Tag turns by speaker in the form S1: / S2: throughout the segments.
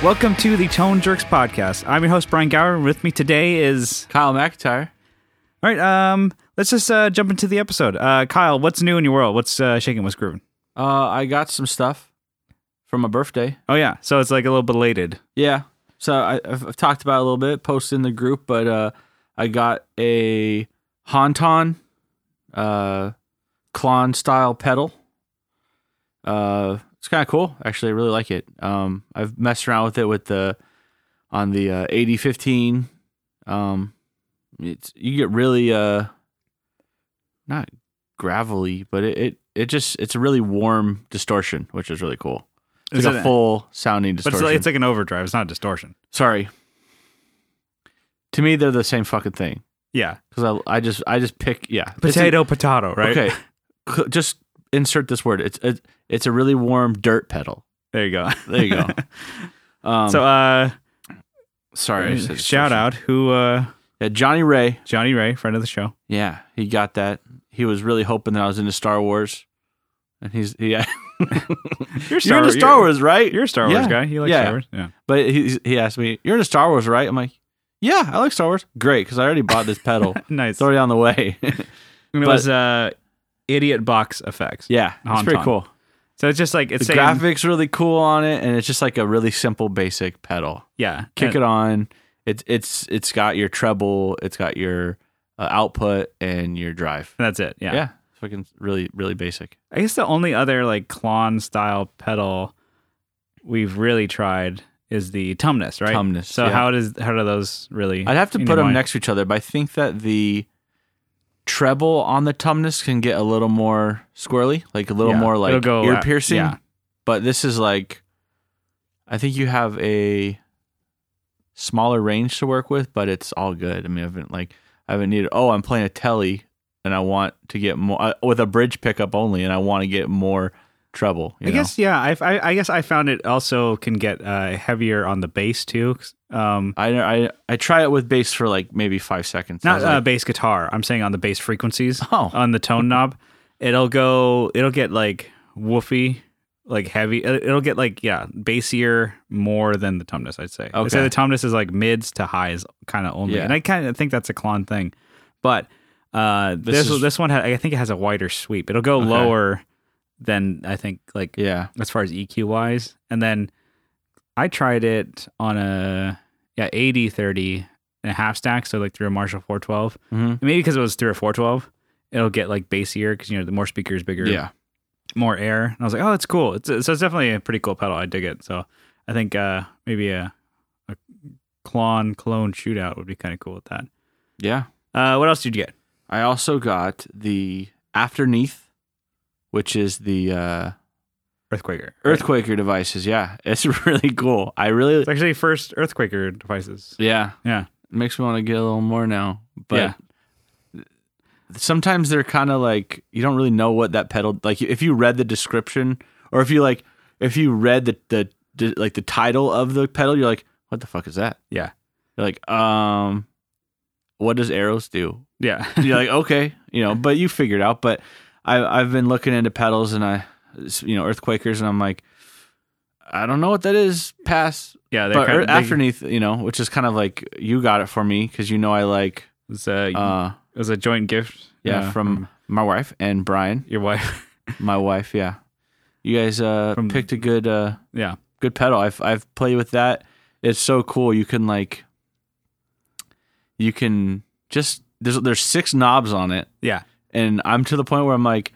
S1: Welcome to the Tone Jerks podcast. I'm your host Brian Gower. and With me today is
S2: Kyle McIntyre.
S1: all right. Um, let's just uh, jump into the episode. Uh, Kyle, what's new in your world? What's uh, shaking? What's grooving?
S2: Uh, I got some stuff from my birthday.
S1: Oh yeah, so it's like a little belated.
S2: Yeah. So I, I've, I've talked about it a little bit, posted in the group, but uh, I got a Honton uh, Klon style pedal. Uh, it's kind of cool, actually. I really like it. Um, I've messed around with it with the on the uh, 8015. Um, it's you get really uh, not gravelly, but it, it it just it's a really warm distortion, which is really cool. It's
S1: Is
S2: like a
S1: it-
S2: full sounding
S1: But
S2: distortion.
S1: it's like, it's like an overdrive. It's not a distortion.
S2: Sorry. To me, they're the same fucking thing.
S1: Yeah,
S2: Because I, I just, I just pick, yeah, It's a-
S1: potato, potato. Right.
S2: Okay, C- just insert this word. It's a, it's a really warm dirt pedal.
S1: There you go.
S2: There you go. Um,
S1: so, uh,
S2: sorry. I said
S1: shout
S2: distortion.
S1: out who uh,
S2: Yeah, Johnny Ray.
S1: Johnny Ray, friend of the show.
S2: Yeah, he got that. He was really hoping that I was into Star Wars, and he's yeah.
S1: You're,
S2: You're into Star Wars, right?
S1: You're a Star Wars
S2: Yeah.
S1: guy. You like
S2: Yeah.
S1: Star Wars? Yeah.
S2: But he he asked me, "You're into Star Wars, right?" I'm like, "Yeah, I like Star Wars. Great, because I already bought this pedal.
S1: Nice.
S2: it's already on the way.
S1: And it
S2: but-
S1: was uh, idiot box effects.
S2: yeah, it's pretty
S1: Honton.
S2: cool.
S1: So it's just like it's
S2: the
S1: saying,
S2: graphics really cool on it and it's just like a really simple basic pedal
S1: yeah,
S2: kick
S1: and-
S2: it on it's it's it's got your treble it's got your uh, output and your drive
S1: and that's it.
S2: yeah.
S1: Yeah.
S2: it's fucking really really basic
S1: I guess the only other like Klon style pedal we've really tried is the Tumnus, right?
S2: Tumnus,
S1: So
S2: yeah.
S1: how does how do those really?
S2: i'd have to
S1: in
S2: put
S1: your
S2: them
S1: mind?
S2: next to each other but i think that the treble on the tumnus can get a little more squirrely like a little
S1: Yeah,
S2: more like
S1: it'll go
S2: ear
S1: out-
S2: piercing
S1: yeah.
S2: but this is like i think you have a smaller range to work with but it's all good i mean i haven't like i haven't needed oh i'm playing a telly and i want to get more uh, with a bridge pickup only and i want to get more treble you
S1: I
S2: know?
S1: guess yeah. I, I I guess I found it also can get uh, heavier on the bass too. 'cause, Um,
S2: I, I i try it with bass for like maybe five seconds I
S1: not
S2: was
S1: uh,
S2: like,
S1: bass guitar. I'm saying on the bass frequencies
S2: oh
S1: on the tone knob, it'll go. It'll get like woofy, like heavy. it- It'll get like yeah, bassier more than the tumnus. I'd say. I'd say
S2: Okay.
S1: the tumnus is like mids to highs kind of only,
S2: Yeah.
S1: and I kind of think that's a clon thing, but uh, this
S2: This
S1: this,
S2: is-
S1: one ha- I think it has a wider sweep. It'll go
S2: Okay.
S1: lower than I think like
S2: yeah
S1: as far as EQ wise. And then I tried it on a yeah 80 30 and a half stack, so like through a Marshall 412.
S2: hmm
S1: Maybe because it was through a 412, it'll get like bassier because you know the more speakers, bigger,
S2: yeah
S1: more air. And I was like, oh, that's cool. It's so it's definitely a pretty cool pedal. I dig it. So I think uh maybe a a clone clone shootout would be kind of cool with that.
S2: yeah
S1: Uh, what else did you get?
S2: I also got the Afterneath, which is the uh,
S1: Earthquaker.
S2: Earthquaker devices. Yeah, it's really cool. I really,
S1: It's actually first Earthquaker devices.
S2: yeah,
S1: Yeah.
S2: makes me want to get a little more now. But
S1: Yeah.
S2: sometimes they're kind of like you don't really know what that pedal. Like if you read the description, or if you like, if you read the the, the like the title of the pedal, you're like, what the fuck is that?
S1: Yeah.
S2: You're like, um, what does arrows do?
S1: Yeah.
S2: you're like okay you know but you figure it out but I, i've been looking into pedals and i you know earthquakers and i'm like i don't know what that is pass
S1: yeah.
S2: but
S1: kinda-
S2: Ear- afterneath you know which is kind of like you got it for me because you know i like
S1: It's a
S2: uh
S1: it was a joint gift.
S2: yeah, from my wife and brian
S1: your wife.
S2: my wife yeah you guys uh
S1: From-
S2: picked a good uh
S1: yeah,
S2: good pedal. I've I've played with that. It's so cool. You can like you can just there's there's six knobs on it.
S1: Yeah.
S2: And I'm to the point where I'm like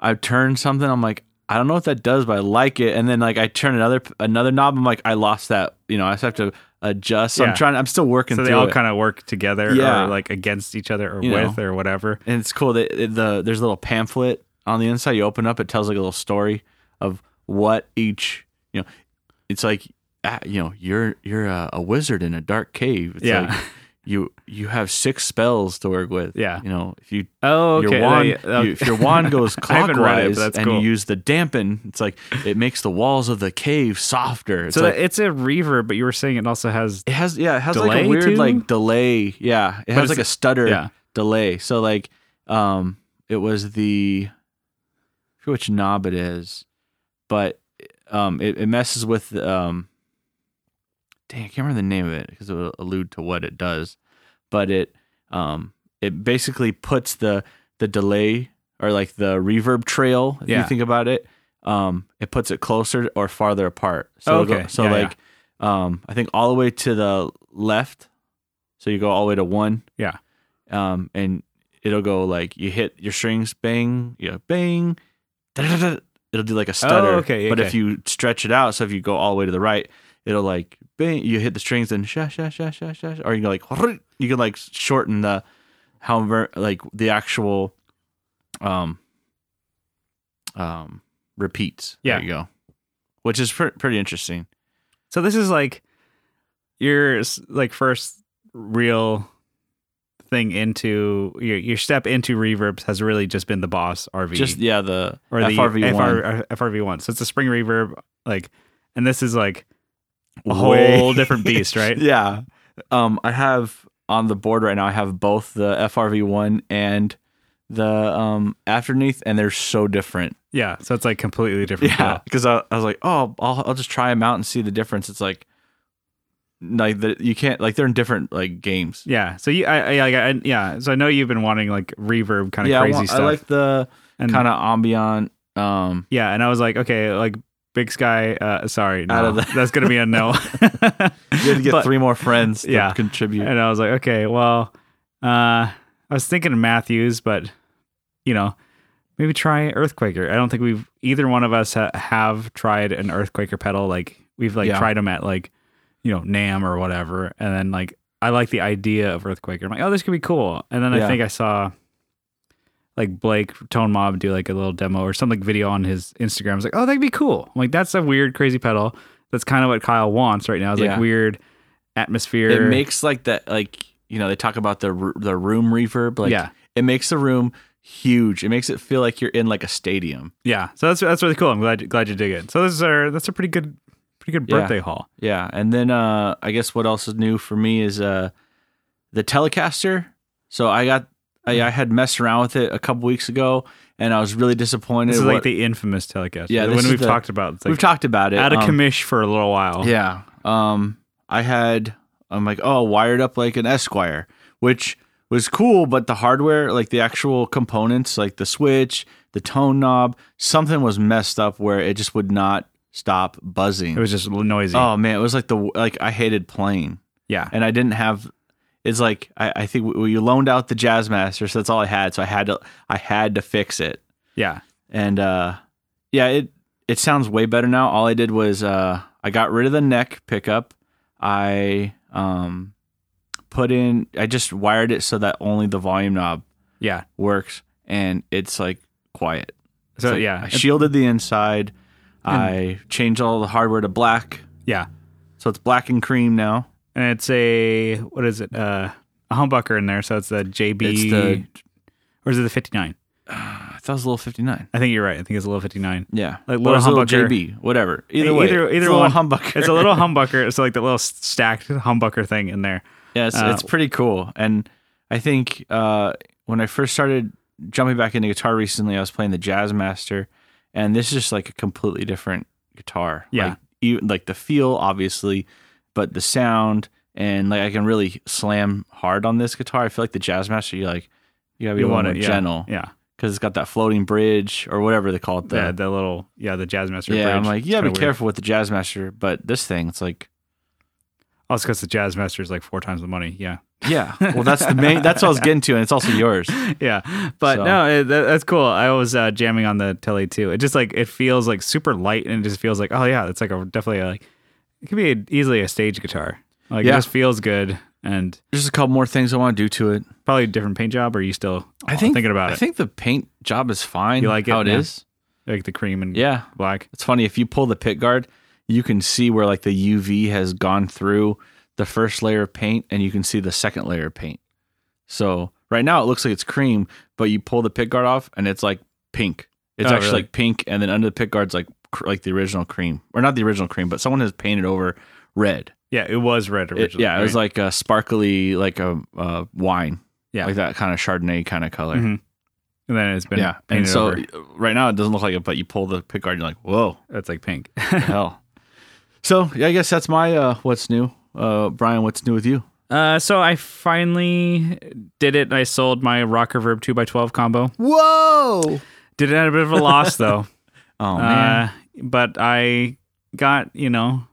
S2: I turn something, I'm like I don't know what that does, but I like it. And then like I turn another another knob, I'm like I lost that. You know, I just have to adjust. So
S1: Yeah.
S2: I'm trying I'm still working
S1: so they
S2: through
S1: all
S2: it.
S1: kind of work together,
S2: Yeah.
S1: or like against each other, or
S2: You
S1: with, or whatever.
S2: and it's cool that it- the there's a little pamphlet on the inside you open up it tells like a little story of what each you know it's like ah, you know you're you're a, a wizard in a dark cave it's
S1: Yeah.
S2: like you you have six spells to work with
S1: Yeah.
S2: you know if you
S1: Oh, okay.
S2: your wand
S1: They- okay.
S2: you- if your wand goes
S1: I haven't read it, but
S2: clockwise
S1: that's
S2: and
S1: cool.
S2: you use the dampen it's like it makes the walls of the cave softer it's
S1: so
S2: like,
S1: that- it's a reverb, but you were saying it also has.
S2: it has yeah, it has like
S1: Delay,
S2: a weird
S1: too?
S2: like delay. Yeah. It has
S1: it's-
S2: like a stutter
S1: yeah.
S2: delay. So like um it was the I forget which knob it is, but um it, it messes with um dang, I can't remember the name of it because it will allude to what it does, but it um it basically puts the the delay or like the reverb trail. If
S1: Yeah.
S2: you think about it, um, it puts it closer or farther apart. So
S1: Oh,
S2: it'll go-
S1: okay.
S2: so
S1: Yeah, yeah.
S2: like um I think all the way to the left. So you go all the way to one.
S1: Yeah.
S2: Um, and it'll go like you hit your strings, bang, you know, bang, da-da-da. it'll do like a stutter.
S1: Oh, okay,
S2: But
S1: okay.
S2: if you stretch it out, so if you go all the way to the right, it'll like bang, you hit the strings and sha sha sha sha sha, sha. or you can like "Hurr." you can like shorten the however like the actual um um repeats.
S1: Yeah.
S2: There you go. Which is pr- pretty interesting.
S1: So this is like your s- like first real thing into your your step into reverbs has really just been the Boss RV
S2: Just yeah, the
S1: or the uh,
S2: FRV one.
S1: FR, FRV one. So it's a spring reverb like, and this is like a
S2: Way-
S1: whole different beast, right?
S2: yeah. Um, I have on the board right now. I have both the FRV one and the um afterneath, and they're so different.
S1: Yeah. So it's like completely different. deal.
S2: because I, I was like, oh, I'll, I'll just try them out and see the difference. It's like, like the, you can't like they're in different like games.
S1: Yeah. So you, I, I, like, I, yeah. So I know you've been wanting like reverb kind of
S2: yeah, I,
S1: crazy
S2: want-
S1: stuff.
S2: I like the
S1: and
S2: kind of ambient. Um,
S1: yeah, and I was like, okay, like Big Sky. Uh, sorry, no,
S2: Out of the-
S1: that's gonna be a no.
S2: you had to get
S1: But-
S2: three more friends to
S1: Yeah.
S2: contribute.
S1: And I was like, okay, well, uh, I was thinking of Matthews, but you know, maybe try Earthquaker. I don't think we've either one of us ha- have tried an Earthquaker pedal. Like we've like
S2: Yeah.
S1: tried them at like you know Nam or whatever, and then like I like the idea of Earthquaker. I'm like, oh, this could be cool. And then
S2: Yeah.
S1: I think I saw like Blake Tone Mob do like a little demo or some like video on his Instagram. I was like, oh, that'd be cool. I'm like that's a weird, crazy pedal. That's kind of what Kyle wants right now. Is
S2: Yeah.
S1: like weird atmosphere.
S2: It makes like that like you know they talk about the r- the room reverb. Like
S1: Yeah.
S2: it makes the room huge. It makes it feel like you're in like a stadium.
S1: Yeah, so that's that's really cool. I'm glad glad you dig it. So this is our that's a pretty good pretty good
S2: Yeah.
S1: birthday haul.
S2: Yeah, and then uh, I guess what else is new for me is uh, the Telecaster. So I got
S1: Hmm.
S2: I, I had messed around with it a couple weeks ago, and I was really disappointed.
S1: This is
S2: what-
S1: like the infamous telecast.
S2: Yeah,
S1: the
S2: this
S1: one
S2: is
S1: we've
S2: the-
S1: talked about. It's like
S2: we've talked about it.
S1: out of
S2: um,
S1: commish for a little while.
S2: Yeah. Um, I had I'm like oh wired up like an Esquire, which was cool, but the hardware like the actual components like the switch, the tone knob, something was messed up where it just would not stop buzzing.
S1: it was just noisy.
S2: oh man, it was like the like I hated playing.
S1: yeah,
S2: and I didn't have. It's like I, I think we, we loaned out the Jazzmaster, so that's all I had. So I had to I had to fix it,
S1: yeah,
S2: and uh, yeah, it it sounds way better now. All I did was uh, I got rid of the neck pickup. I um, put in I just wired it so that only the volume knob
S1: yeah.
S2: works, and it's like quiet.
S1: So
S2: It's like,
S1: yeah,
S2: I shielded the inside. I changed all the hardware to black,
S1: yeah.
S2: so it's black and cream now.
S1: And it's a what is it? Uh, a humbucker in there. So it's the JB.
S2: It's the
S1: or is it the 59?
S2: I thought it was a little fifty nine.
S1: I think you're right. I think it's a little 59.
S2: Yeah,
S1: Like
S2: or
S1: little
S2: it's a little
S1: humbucker.
S2: JB, whatever. Either way,
S1: either,
S2: it's
S1: either
S2: a little
S1: one
S2: humbucker.
S1: It's a little humbucker. It's like the little stacked humbucker thing in there.
S2: yeah, it's,
S1: uh,
S2: it's pretty cool. And I think uh, when I first started jumping back into guitar recently, I was playing the Jazzmaster, and this is just like a completely different guitar.
S1: Yeah.
S2: like, even like the feel, obviously, but the sound and like I can really slam hard on this guitar. I feel like the Jazzmaster, you like you gotta be
S1: You
S2: a little
S1: want
S2: more
S1: it, yeah,
S2: gentle
S1: Yeah,
S2: because it's got that floating bridge or whatever they call it. The,
S1: the, the little yeah the Jazzmaster.
S2: yeah, I'm
S1: bridge.
S2: like,
S1: It's
S2: you gotta be
S1: kinda weird.
S2: careful with the Jazzmaster, but this thing, it's like
S1: Also, because the jazz master is like four times the money. Yeah,
S2: Yeah. Well, that's the main. That's what I was getting to, and it's also yours.
S1: yeah. But
S2: So-
S1: no, it, that, that's cool. I was uh, jamming on the telly too. It just like it feels like super light, and it just feels like oh yeah, it's like a definitely a, like it could be a, easily a stage guitar. Like it
S2: Yeah.
S1: just feels good, and
S2: There's a couple more things I want to do to it.
S1: probably a different paint job. Or are you still thinking about
S2: I
S1: it?
S2: think the paint job is fine.
S1: You like it,
S2: How it
S1: yeah?
S2: is?
S1: like the cream and
S2: Yeah.
S1: black.
S2: It's funny if you pull the pit guard, you can see where like the UV has gone through the first layer of paint, and you can see the second layer of paint. So right now it looks like it's cream, but you pull the pit guard off, and it's like pink. It's
S1: Oh,
S2: actually
S1: really?
S2: like pink, and then under the pit guard's like cr- like the original cream, or not the original cream, but someone has painted over red.
S1: Yeah, it was red
S2: It-
S1: originally.
S2: yeah, it was
S1: right?
S2: like a sparkly, like a uh, wine.
S1: Yeah.
S2: like that kind of Chardonnay kind of color.
S1: Mhm. and then it's been
S2: Yeah, and
S1: painted
S2: so
S1: over.
S2: right now it doesn't look like it, but you pull the pick guard, you're like, whoa,
S1: That's like pink.
S2: hell. So yeah, I guess that's my uh, what's new. Uh, Brian, what's new with you?
S1: Uh, so I finally did it. I sold my Rocker Verb 2x12 combo.
S2: Whoa!
S1: Did it at a bit of a loss, though.
S2: Oh
S1: Uh,
S2: man,
S1: but I got, you know,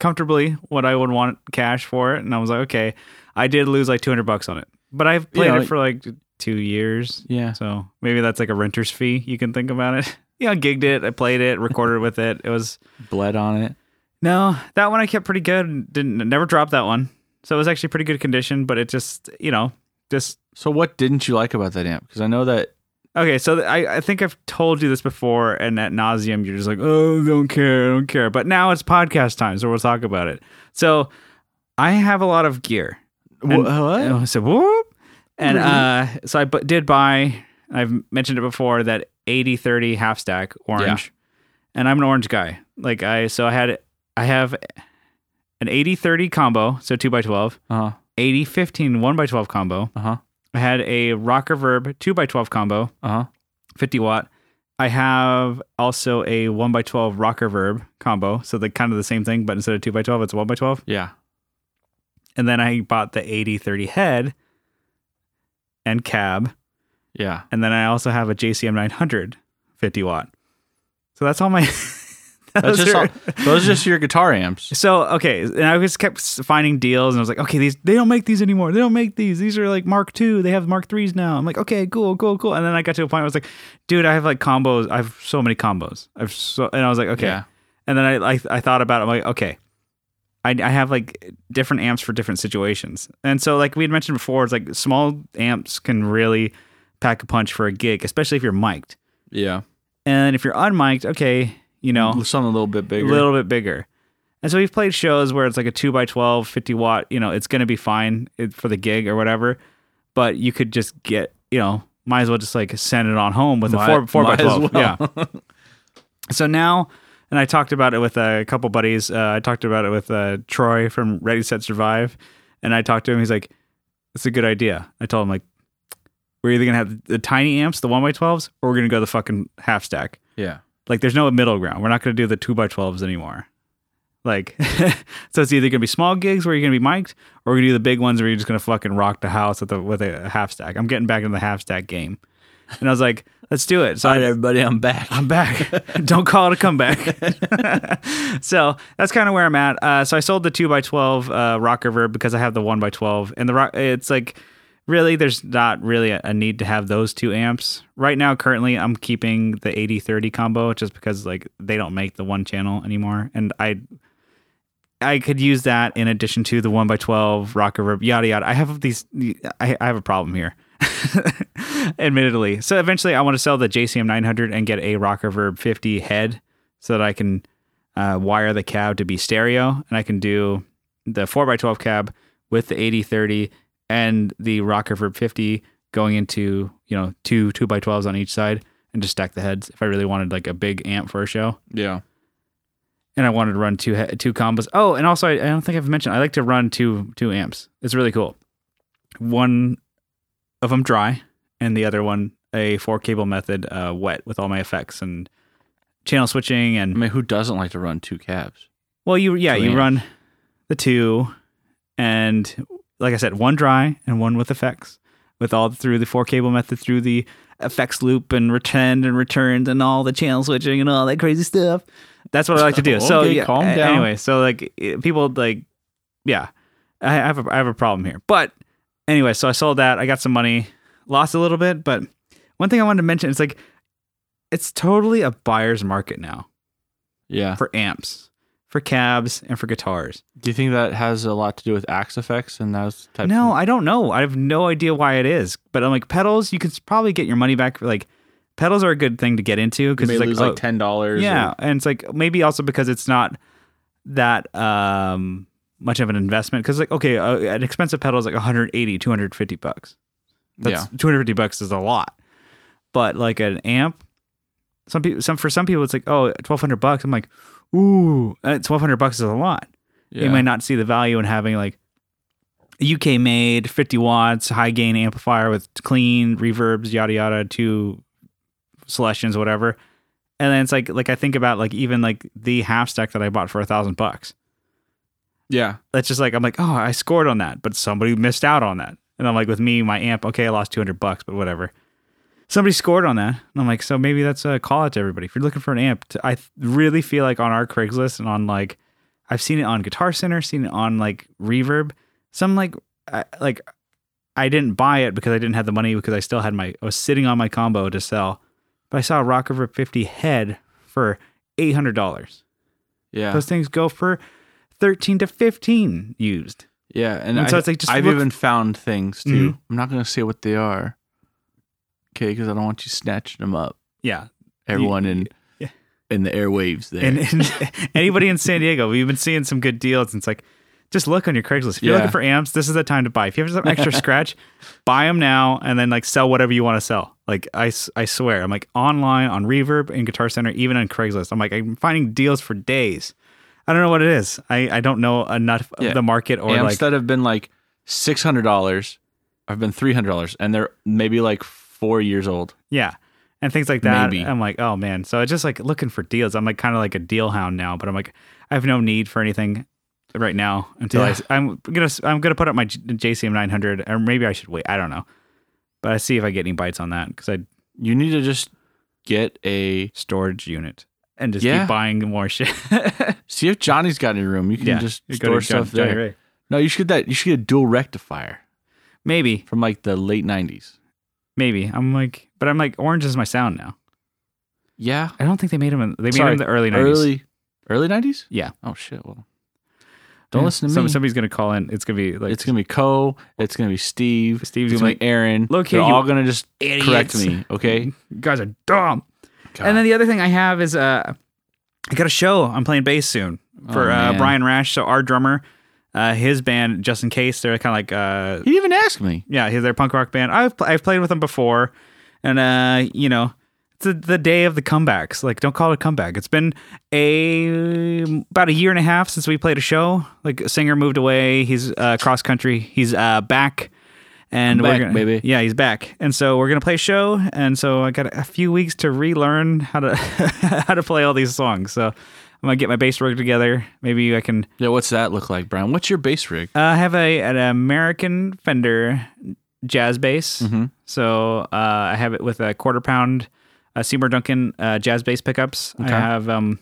S1: comfortably what I would want cash for it. And I was like, okay, I did lose like 200 bucks on it. But I've played
S2: Yeah,
S1: it
S2: like-
S1: for like two years.
S2: yeah.
S1: So maybe that's like a renter's fee. You can think about it. Yeah, I gigged it. I played it, recorded with it. It was
S2: Bled on it.
S1: no, that one I kept pretty good. and Didn't never dropped that one, so it was actually pretty good condition. But it just, you know, just
S2: So what didn't you like about that amp? Because I know that
S1: okay. So th- I, I think I've told you this before, and at nauseum, you're just like, oh, don't care, don't care. But now it's podcast time, so we'll talk about it. So I have a lot of gear. And- And I said, whoop. And uh, so I bu- did buy, I've mentioned it before, that 80 30 half stack orange. And I'm an orange guy. Like, I, so I had, I have an 80 30 combo, so 2x12,
S2: Uh huh.
S1: 80 15 1x12 combo.
S2: Uh huh.
S1: I had a Rocker Verb 2x12 combo,
S2: Uh huh.
S1: 50 watt. I have also a 1x12 Rocker Verb combo. So the kind of the same thing, but instead of 2x12, it's 1x12
S2: Yeah.
S1: and then I bought the 8030 head and cab,
S2: Yeah.
S1: and then I also have a JCM 900 50 watt. So that's all my.
S2: That's
S1: those
S2: just
S1: are-
S2: all, those are just your guitar amps.
S1: so okay, and I just kept s- finding deals, and I was like, okay, these they don't make these anymore. They don't make these. These are like Mark II. They have Mark threes now. I'm like, okay, cool, cool, cool. And then I got to a point where I was like, dude, I have like combos. I have so many combos. I've so, and I was like, okay.
S2: Yeah.
S1: And then I, I I thought about it. I'm like, okay, I I have like different amps for different situations. And so like we had mentioned before, it's like small amps can really pack a punch for a gig, especially if you're mic'd.
S2: Yeah.
S1: And if you're unmic'd, okay, you know,
S2: Something a little bit bigger.
S1: a little bit bigger. And so we've played shows where it's like a 2 by 12 50 watt, you know, it's going to be fine it- for the gig or whatever, but you could just get, you know, might as well just like send it on home with
S2: Might-
S1: a 4, four by
S2: might as
S1: 12.
S2: well.
S1: Yeah. so now, and I talked about it with a couple buddies. Uh, I talked about it with uh, Troy from Ready, Set, Survive. And I talked to him. He's like, it's a good idea. I told him, like, we're either going to have the tiny amps, the 1 by 12s, or we're going to go the fucking half stack
S2: yeah.
S1: like there's no middle ground. We're not going to do the two by twelves anymore. Like, so it's either going to be small gigs where you're going to be mic'd, or we're going to do the big ones where you're just going to fucking rock the house with a with a half stack. I'm getting back into the half stack game, and I was like, let's do it. So
S2: All right, everybody, I'm back.
S1: I'm back. Don't call it a comeback. so that's kind of where I'm at. Uh, so I sold the two by twelve uh, rock reverb because I have the one by twelve, and the rock. It's like really, there's not really a, a need to have those two amps right now. Currently, I'm keeping the eighty thirty combo just because like they don't make the one channel anymore, and I. I could use that in addition to the one by twelve rock reverb, yada yada. I have these. I, I have a problem here. admittedly. So eventually, I want to sell the JCM 900 and get a Rocker Verb 50 head so that I can uh, wire the cab to be stereo and I can do the 4x12 cab with the 8030 and the Rocker Verb 50 going into, you know, two 2x12s on each side and just stack the heads if I really wanted like a big amp for a show.
S2: Yeah.
S1: And I wanted to run two he- two combos. Oh, and also I, I don't think I've mentioned I like to run two two amps. It's really cool. One of them dry, and the other one a four cable method uh, wet with all my effects and channel switching and
S2: I mean, who doesn't like to run two cabs?
S1: well, you yeah,
S2: Two
S1: you
S2: amps.
S1: run the two, and like I said, one dry and one with effects, with all through the four cable method, through the effects loop and return and returns and all the channel switching and all that crazy stuff. That's what I like to do. so
S2: Okay,
S1: yeah,
S2: calm
S1: a-
S2: down.
S1: Anyway, so like it- people like, yeah, I I have a, I have a problem here. But anyway, so I sold that. I got some money, lost a little bit, but one thing I wanted to mention is like, it's totally a buyer's market now
S2: Yeah.
S1: for amps, for cabs, and for guitars.
S2: Do you think that has a lot to do with Axe Effects and those types?
S1: No,
S2: Of-
S1: I don't know. I have no idea why it is. But I'm like pedals. You can s- probably get your money back. For, like pedals are a good thing to get into
S2: you
S1: because
S2: may
S1: it's like,
S2: lose
S1: oh,
S2: like ten dollars.
S1: yeah, and it's like maybe also because it's not that um much of an investment because like okay, uh, an expensive pedal is like 180, 250 bucks. That's
S2: yeah.
S1: 250 bucks is a lot. But like an amp, some people, some for some people, it's like oh, 1200 bucks. I'm like, ooh, uh, 1200 bucks is a lot.
S2: yeah.
S1: you might not see the value in having like a UK made 50 watts high gain amplifier with clean reverbs, yada yada, two selections, whatever. And then it's like like I think about like even like the half stack that I bought for a thousand bucks.
S2: Yeah.
S1: that's just like I'm like, oh, I scored on that, but somebody missed out on that. And I'm like, with me, my amp, okay, I lost 200 bucks, but whatever. Somebody scored on that, and I'm like, so maybe that's a call out to everybody. If you're looking for an amp, t- I th- really feel like on our Craigslist and on like, I've seen it on Guitar Center, seen it on like Reverb. Some like, I, like, I didn't buy it because I didn't have the money because I still had my, I was sitting on my combo to sell, but I saw a Rock River 50 head for eight hundred dollars.
S2: Yeah.
S1: Those things go for thirteen to fifteen used.
S2: yeah. And,
S1: and
S2: I,
S1: so it's like, just
S2: I've
S1: look-
S2: even found things too. I'm not going to say what they are. Okay. Because I don't want you snatching them up.
S1: Yeah.
S2: Everyone in
S1: yeah.
S2: in the airwaves there.
S1: And, and anybody in San Diego, we've been seeing some good deals. And it's like, just look on your Craigslist. If you're
S2: Yeah.
S1: looking for amps, this is the time to buy. If you have some extra scratch, buy them now and then like sell whatever you want to sell. Like, I, s- I swear, I'm like online, on Reverb, in Guitar Center, even on Craigslist. I'm like, I'm finding deals for days. I don't know what it is. I, I don't know enough
S2: Yeah.
S1: of the market or
S2: amps
S1: like,
S2: that have been like six hundred dollars have been three hundred dollars, and they're maybe like four years old.
S1: yeah. And things like that.
S2: Maybe.
S1: I'm like, oh man. So I just like looking for deals. I'm like kind of like a deal hound now, but I'm like, I have no need for anything right now until
S2: Yeah.
S1: I, am gonna I'm gonna put up my J- JCM 900, or maybe I should wait. I don't know, but I see if I get any bites on that because I
S2: You need to just get a
S1: storage unit and just
S2: Yeah.
S1: keep buying more shit.
S2: see if Johnny's got any room. You can
S1: Yeah,
S2: just
S1: You go
S2: store
S1: to John-
S2: stuff
S1: Johnny
S2: there.
S1: Ray.
S2: No, you should get that. You should get a dual rectifier
S1: Maybe,
S2: from like the late nineties.
S1: maybe I'm like, but I'm like, orange is my sound now.
S2: Yeah,
S1: I don't think they made them. In, they made
S2: Sorry,
S1: them in the early 90s.
S2: early early nineties.
S1: Yeah.
S2: Oh shit. Well, don't
S1: Yeah.
S2: listen to
S1: Some-
S2: me.
S1: Somebody's gonna call in. It's gonna be like
S2: it's gonna be Co. It's gonna be Steve.
S1: Steve's
S2: It's
S1: gonna
S2: gonna be Aaron.
S1: Look here,
S2: They're
S1: you
S2: all gonna just
S1: be
S2: correct
S1: idiots.
S2: me. Okay.
S1: You guys are dumb. And then the other thing I have is uh, I got a show. I'm playing bass soon for
S2: Oh,
S1: uh,
S2: man.
S1: Brian Rash. So our drummer, uh, his band, just in case, they're kind of like uh,
S2: he didn't even ask me.
S1: yeah, he's their punk rock band. I've pl- I've played with them before, and uh, you know, it's the, the day of the comebacks. Like, don't call it a comeback. It's been a about a year and a half since we played a show. Like, a singer moved away. He's uh, cross country. He's uh, back, and
S2: I'm
S1: we're
S2: back,
S1: gonna,
S2: baby.
S1: yeah, he's back. And so we're gonna play a show. And so I got a few weeks to relearn how to how to play all these songs. So I'm gonna get my bass rig together. Maybe I can.
S2: Yeah. What's that look like, Brian? What's your bass rig?
S1: Uh, I have a an American Fender jazz bass. So uh, I have it with a quarter pound uh, Seymour Duncan uh, jazz bass pickups. I have um,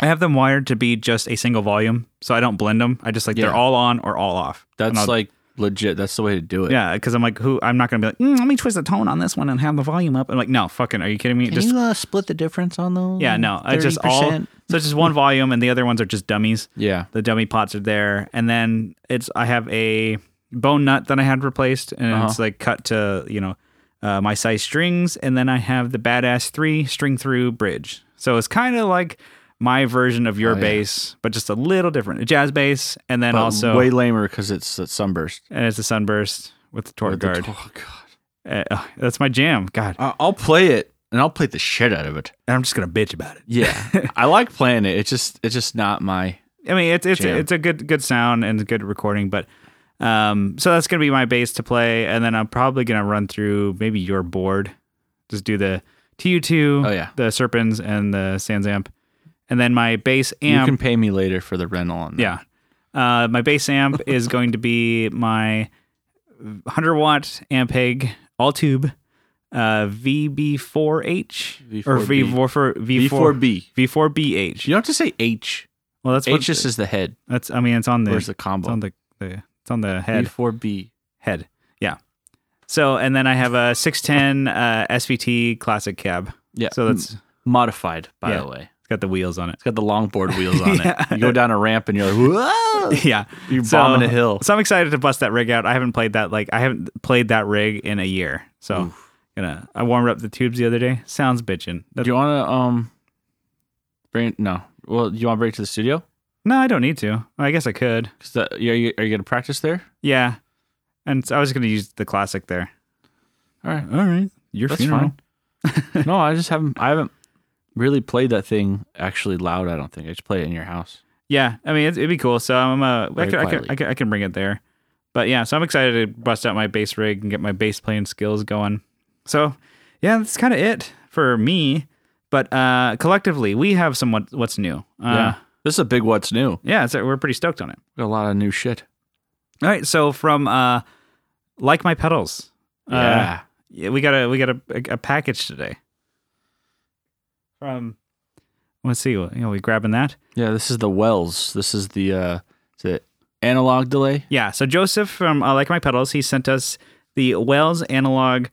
S1: I have them wired to be just a single volume, so I don't blend them. I just like
S2: Yeah.
S1: they're all on or all off. And
S2: That's
S1: I'll-
S2: like legit. That's the way to do it.
S1: yeah, because I'm like, who? I'm not gonna be like, mm, let me twist the tone on this one and have the volume up. I'm like, no, fucking, are you kidding me? just
S2: uh, split the difference on those?
S1: yeah, no, I just all. So it's just one volume, and the other ones are just dummies.
S2: Yeah.
S1: the dummy pots are there and then it's i have a bone nut that i had replaced and it's
S2: Uh-huh.
S1: like cut to you know uh, my size strings and then i have the badass 3 string through bridge so it's kind of like my version of your
S2: Oh, yeah.
S1: bass but just a little different a jazz bass and then
S2: But
S1: also
S2: way lamer because it's a sunburst.
S1: and it's a sunburst with the tort
S2: With the
S1: guard
S2: t- oh, God.
S1: Uh, oh, that's my jam god
S2: I- Uh, I'll play it and I'll play the shit out of it.
S1: and i'm just gonna bitch about it
S2: Yeah. I like playing it. It's just it's just not my
S1: I mean, it's it's
S2: Jam.
S1: it's a good good sound and good recording, but um, so that's gonna be my bass to play, and then I'm probably gonna run through maybe your board, just do the TU2,
S2: Oh, yeah.
S1: the Serpens and the Sans amp, and then my bass
S2: You
S1: amp,
S2: can pay me later for the rental on that.
S1: yeah, uh, my bass amp is going to be my 100 watt Ampeg all tube, uh, VB4H or
S2: V4B.
S1: V4 for V4
S2: B4B.
S1: V4BH.
S2: You don't have to say H.
S1: Well, that's what
S2: H just is the head.
S1: that's. I mean, it's on the
S2: Where's the
S1: it's on
S2: combo?
S1: the, the it's on the head
S2: B4B.
S1: head. Yeah. So and then I have a 610 uh, SVT classic cab.
S2: Yeah.
S1: So that's it's
S2: modified, by
S1: Yeah.
S2: the way.
S1: got the wheels on it.
S2: It's got the longboard wheels on
S1: Yeah.
S2: it. You go down a ramp and you're like, whoa.
S1: Yeah.
S2: You're bombing a hill.
S1: So I'm excited to bust that rig out. I haven't played that like I haven't played that rig in a year. So gonna I warmed up the tubes the other day. Sounds bitchin'. That's-
S2: Do you want to um bring no? Well, do you want to bring it to the studio?
S1: no, I don't need to. I guess I could.
S2: Cause the, are you are you gonna practice there?
S1: Yeah. And so I was gonna use the classic there.
S2: All right,
S1: All right. Your
S2: that's
S1: funeral.
S2: fine. no, I just haven't I haven't really played that thing actually loud. I don't think I just play it in your house.
S1: Yeah, I mean it'd, it'd be cool. So I'm uh, I
S2: Very
S1: can, I, can,
S2: quietly.
S1: I can I can bring it there, but yeah, so I'm excited to bust out my bass rig and get my bass playing skills going. So yeah, that's kind of it for me. But uh, collectively, we have some what, what's new. Uh,
S2: Yeah. This is a big what's new.
S1: Yeah, it's, we're pretty stoked on it.
S2: Got a lot of new shit.
S1: All right, so from uh, like my pedals, uh, yeah, we got a we got a, a package today. From let's see, you know, we grabbing that.
S2: yeah, this is the Wells. This is the uh is it analog delay.
S1: Yeah, so Joseph from uh, Like My Pedals, he sent us the Wells Analog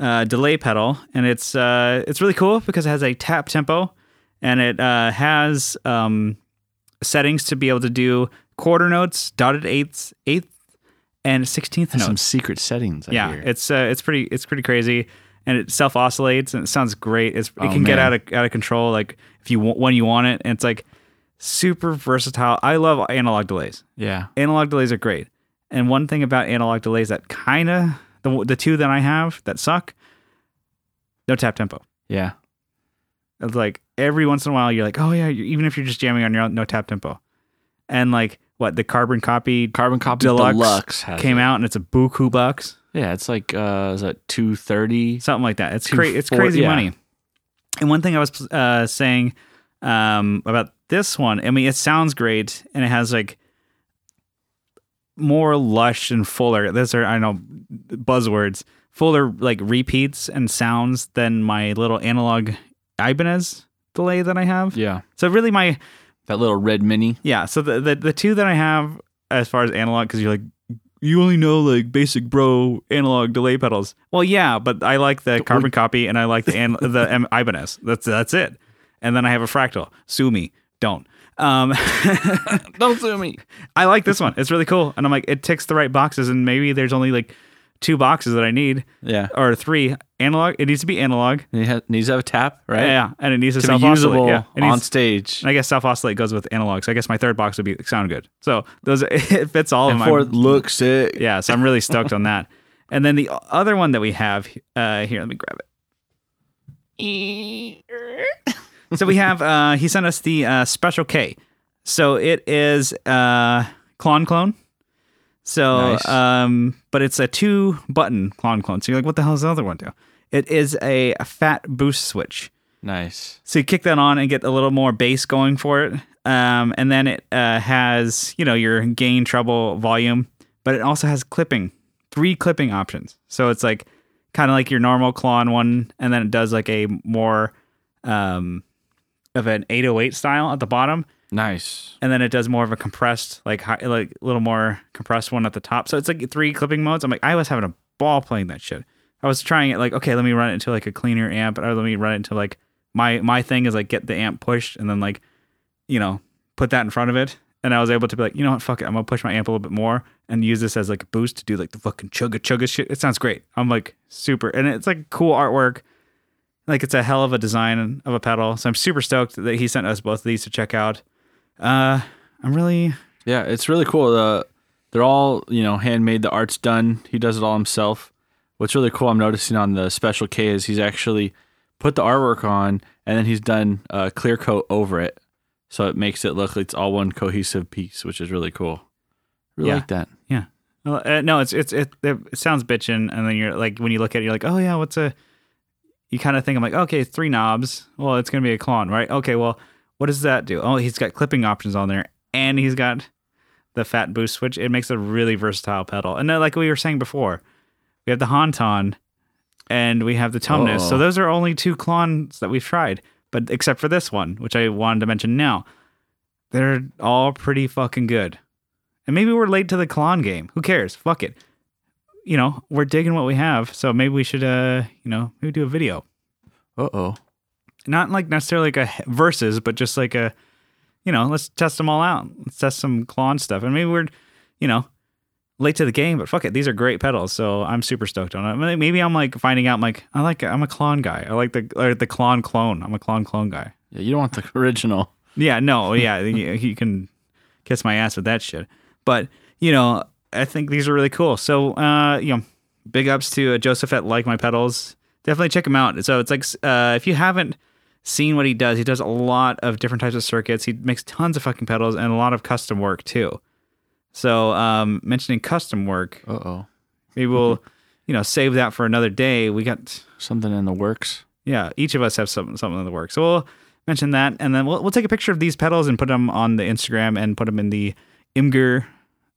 S1: uh, delay pedal, and it's uh, it's really cool because it has a tap tempo, and it uh, has um, settings to be able to do quarter notes, dotted eighths, eighth, and sixteenth
S2: Has
S1: notes.
S2: some secret settings. I
S1: yeah,
S2: hear.
S1: it's uh, it's pretty it's pretty crazy, and it self oscillates and it sounds great. It's, it
S2: Oh,
S1: can get out
S2: man.
S1: of out of control like if you want, when you want it, and it's like super versatile. I love analog delays
S2: yeah.
S1: analog delays are great. And one thing about analog delays that kind of the the two that I have that suck, no tap tempo.
S2: Yeah.
S1: It's like every once in a while you're like, oh yeah, you even if you're just jamming on your own, no tap tempo. And like what the carbon copy
S2: Carbon copy
S1: Deluxe
S2: deluxe, has
S1: came
S2: it.
S1: out and it's a buku bucks,
S2: Yeah, it's like uh is that two thirty?
S1: something like that. It's
S2: Two
S1: cra- it's
S2: four-
S1: crazy
S2: yeah.
S1: money. And one thing I was uh, saying um, about this one, I mean, it sounds great and it has like more lush and fuller. Those are I know buzzwords. Fuller like repeats and sounds than my little analog Ibanez delay that I have.
S2: Yeah.
S1: So really, my
S2: That little red mini.
S1: yeah. So the the, the two that I have as far as analog, because you're like. You only know like basic bro analog delay pedals. Well, yeah, but I like the carbon copy and I like the an- the M- Ibanez. That's that's it. And then I have a fractal. Sue me, don't. Um,
S2: Don't sue me.
S1: I like this one. It's really cool. And I'm like, it ticks the right boxes. And maybe there's only like two boxes that I need
S2: Yeah.
S1: or three analog. It needs to be analog.
S2: And it ha- needs to have a tap, right?
S1: Yeah. And it needs to,
S2: To
S1: self
S2: be usable
S1: oscillate. Yeah. It
S2: on
S1: needs,
S2: stage.
S1: and I guess self oscillate goes with analog. So I guess my third box would be sound good. So those, it fits all of
S2: And
S1: my.
S2: fourth look sick.
S1: Yeah. So I'm really stoked on that. And then the other one that we have uh, here, let me grab it. So we have, uh, he sent us the uh, Special K. So it is uh, Clon Clone. So,
S2: Nice.
S1: um, but it's a two button Clon Clone. So you're like, what the hell is the other one do? It is a, a fat boost switch.
S2: Nice.
S1: So you kick that on and get a little more bass going for it. Um, and then it uh, has, you know, your gain, treble, volume, but it also has clipping, three clipping options. So it's like kind of like your normal Klon one, and then it does like a more um, of an 808 style at the bottom,
S2: Nice.
S1: and then it does more of a compressed, like high, like a little more compressed one at the top. So it's like three clipping modes. I'm like, I was having a ball playing that shit. I was trying it like, okay, let me run it into like a cleaner amp, or let me run it into like my my thing is like get the amp pushed and then like, you know, put that in front of it. And I was able to be like, you know what, fuck it, I'm gonna push my amp a little bit more and use this as like a boost to do like the fucking chugga chugga shit. It sounds great. I'm like super, and it's like cool artwork. Like it's a hell of a design of a pedal. So I'm super stoked that he sent us both of these to check out. Uh, I'm really
S2: Yeah, it's really cool. The they're all you know handmade. The art's done. He does it all himself. What's really cool I'm noticing on the Special K is he's actually put the artwork on and then he's done a clear coat over it, so it makes it look like it's all one cohesive piece, which is really cool. Really
S1: Yeah.
S2: like that.
S1: yeah. Well, Uh, no, it's it's it, it sounds bitchin', and then you're like when you look at it, you're like, oh yeah, what's a? You kind of think I'm like, okay, it's three knobs. Well, it's gonna be a clone, right? Okay, well, what does that do? Oh, he's got clipping options on there, and he's got the fat boost switch. It makes a really versatile pedal. And then, like we were saying before, we have the Honton, and we have the Tumnus.
S2: Oh.
S1: So those are only two clones that we've tried, but except for this one, which I wanted to mention now, they're all pretty fucking good. And maybe we're late to the clone game. Who cares? Fuck it. You know, we're digging what we have, so maybe we should, uh, you know, maybe do a video.
S2: Uh oh.
S1: Not like necessarily like a he- versus, but just like a, you know, let's test them all out. Let's test some clone stuff, and maybe we're, you know, late to the game. But fuck it, these are great pedals, so I'm super stoked on it. I mean, Maybe I'm like finding out, I'm like I like, I'm a clone guy. I like the or the clone clone. I'm a clone clone guy.
S2: Yeah, you don't want the original.
S1: Yeah, no, yeah, you, you can kiss my ass with that shit. But you know, I think these are really cool. So, uh, you know, big ups to uh, Joseph at Like My Pedals. Definitely check him out. So it's like uh, if you haven't seen what he does, he does a lot of different types of circuits. He makes tons of fucking pedals and a lot of custom work too. So, um, mentioning custom work,
S2: Uh oh.
S1: maybe we'll, you know, save that for another day. We got
S2: Something in the works.
S1: yeah, each of us have some something in the works. So we'll mention that, and then we'll we'll take a picture of these pedals and put them on the Instagram and put them in the Imgur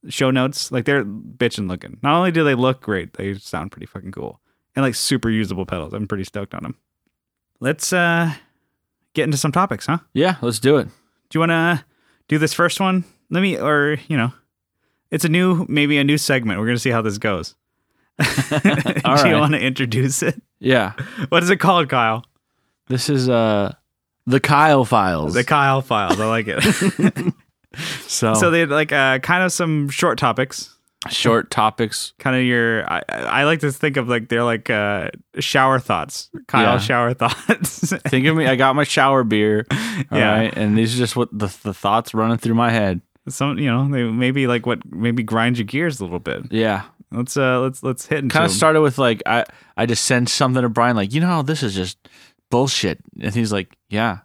S1: show notes. Like they're bitchin' looking. Not only do they look great, they sound pretty fucking cool and like super usable pedals. I'm pretty stoked on them. Let's uh get into some topics, huh?
S2: Yeah, let's do it.
S1: Do you want to do this first one? Let me, or you know, it's a new, maybe a new segment. We're gonna see how this goes.
S2: All
S1: Do you
S2: right.
S1: want to introduce it?
S2: Yeah,
S1: What is it called, Kyle?
S2: this is uh the Kyle Files.
S1: The Kyle Files. I like it.
S2: so
S1: so they had like uh, kind of some short topics.
S2: short topics.
S1: Kind of your, I, I like to think of like they're like uh, shower thoughts. Kyle
S2: Yeah.
S1: shower thoughts.
S2: Think of me. I got my shower beer. all right,
S1: Yeah.
S2: and these are just what the the thoughts running through my head.
S1: some you know they maybe like what maybe grind your gears a little bit.
S2: Yeah,
S1: Let's uh let's let's hit into
S2: kind of
S1: them.
S2: started with like I I just sent something to Brian like you know this is just bullshit, and he's like yeah.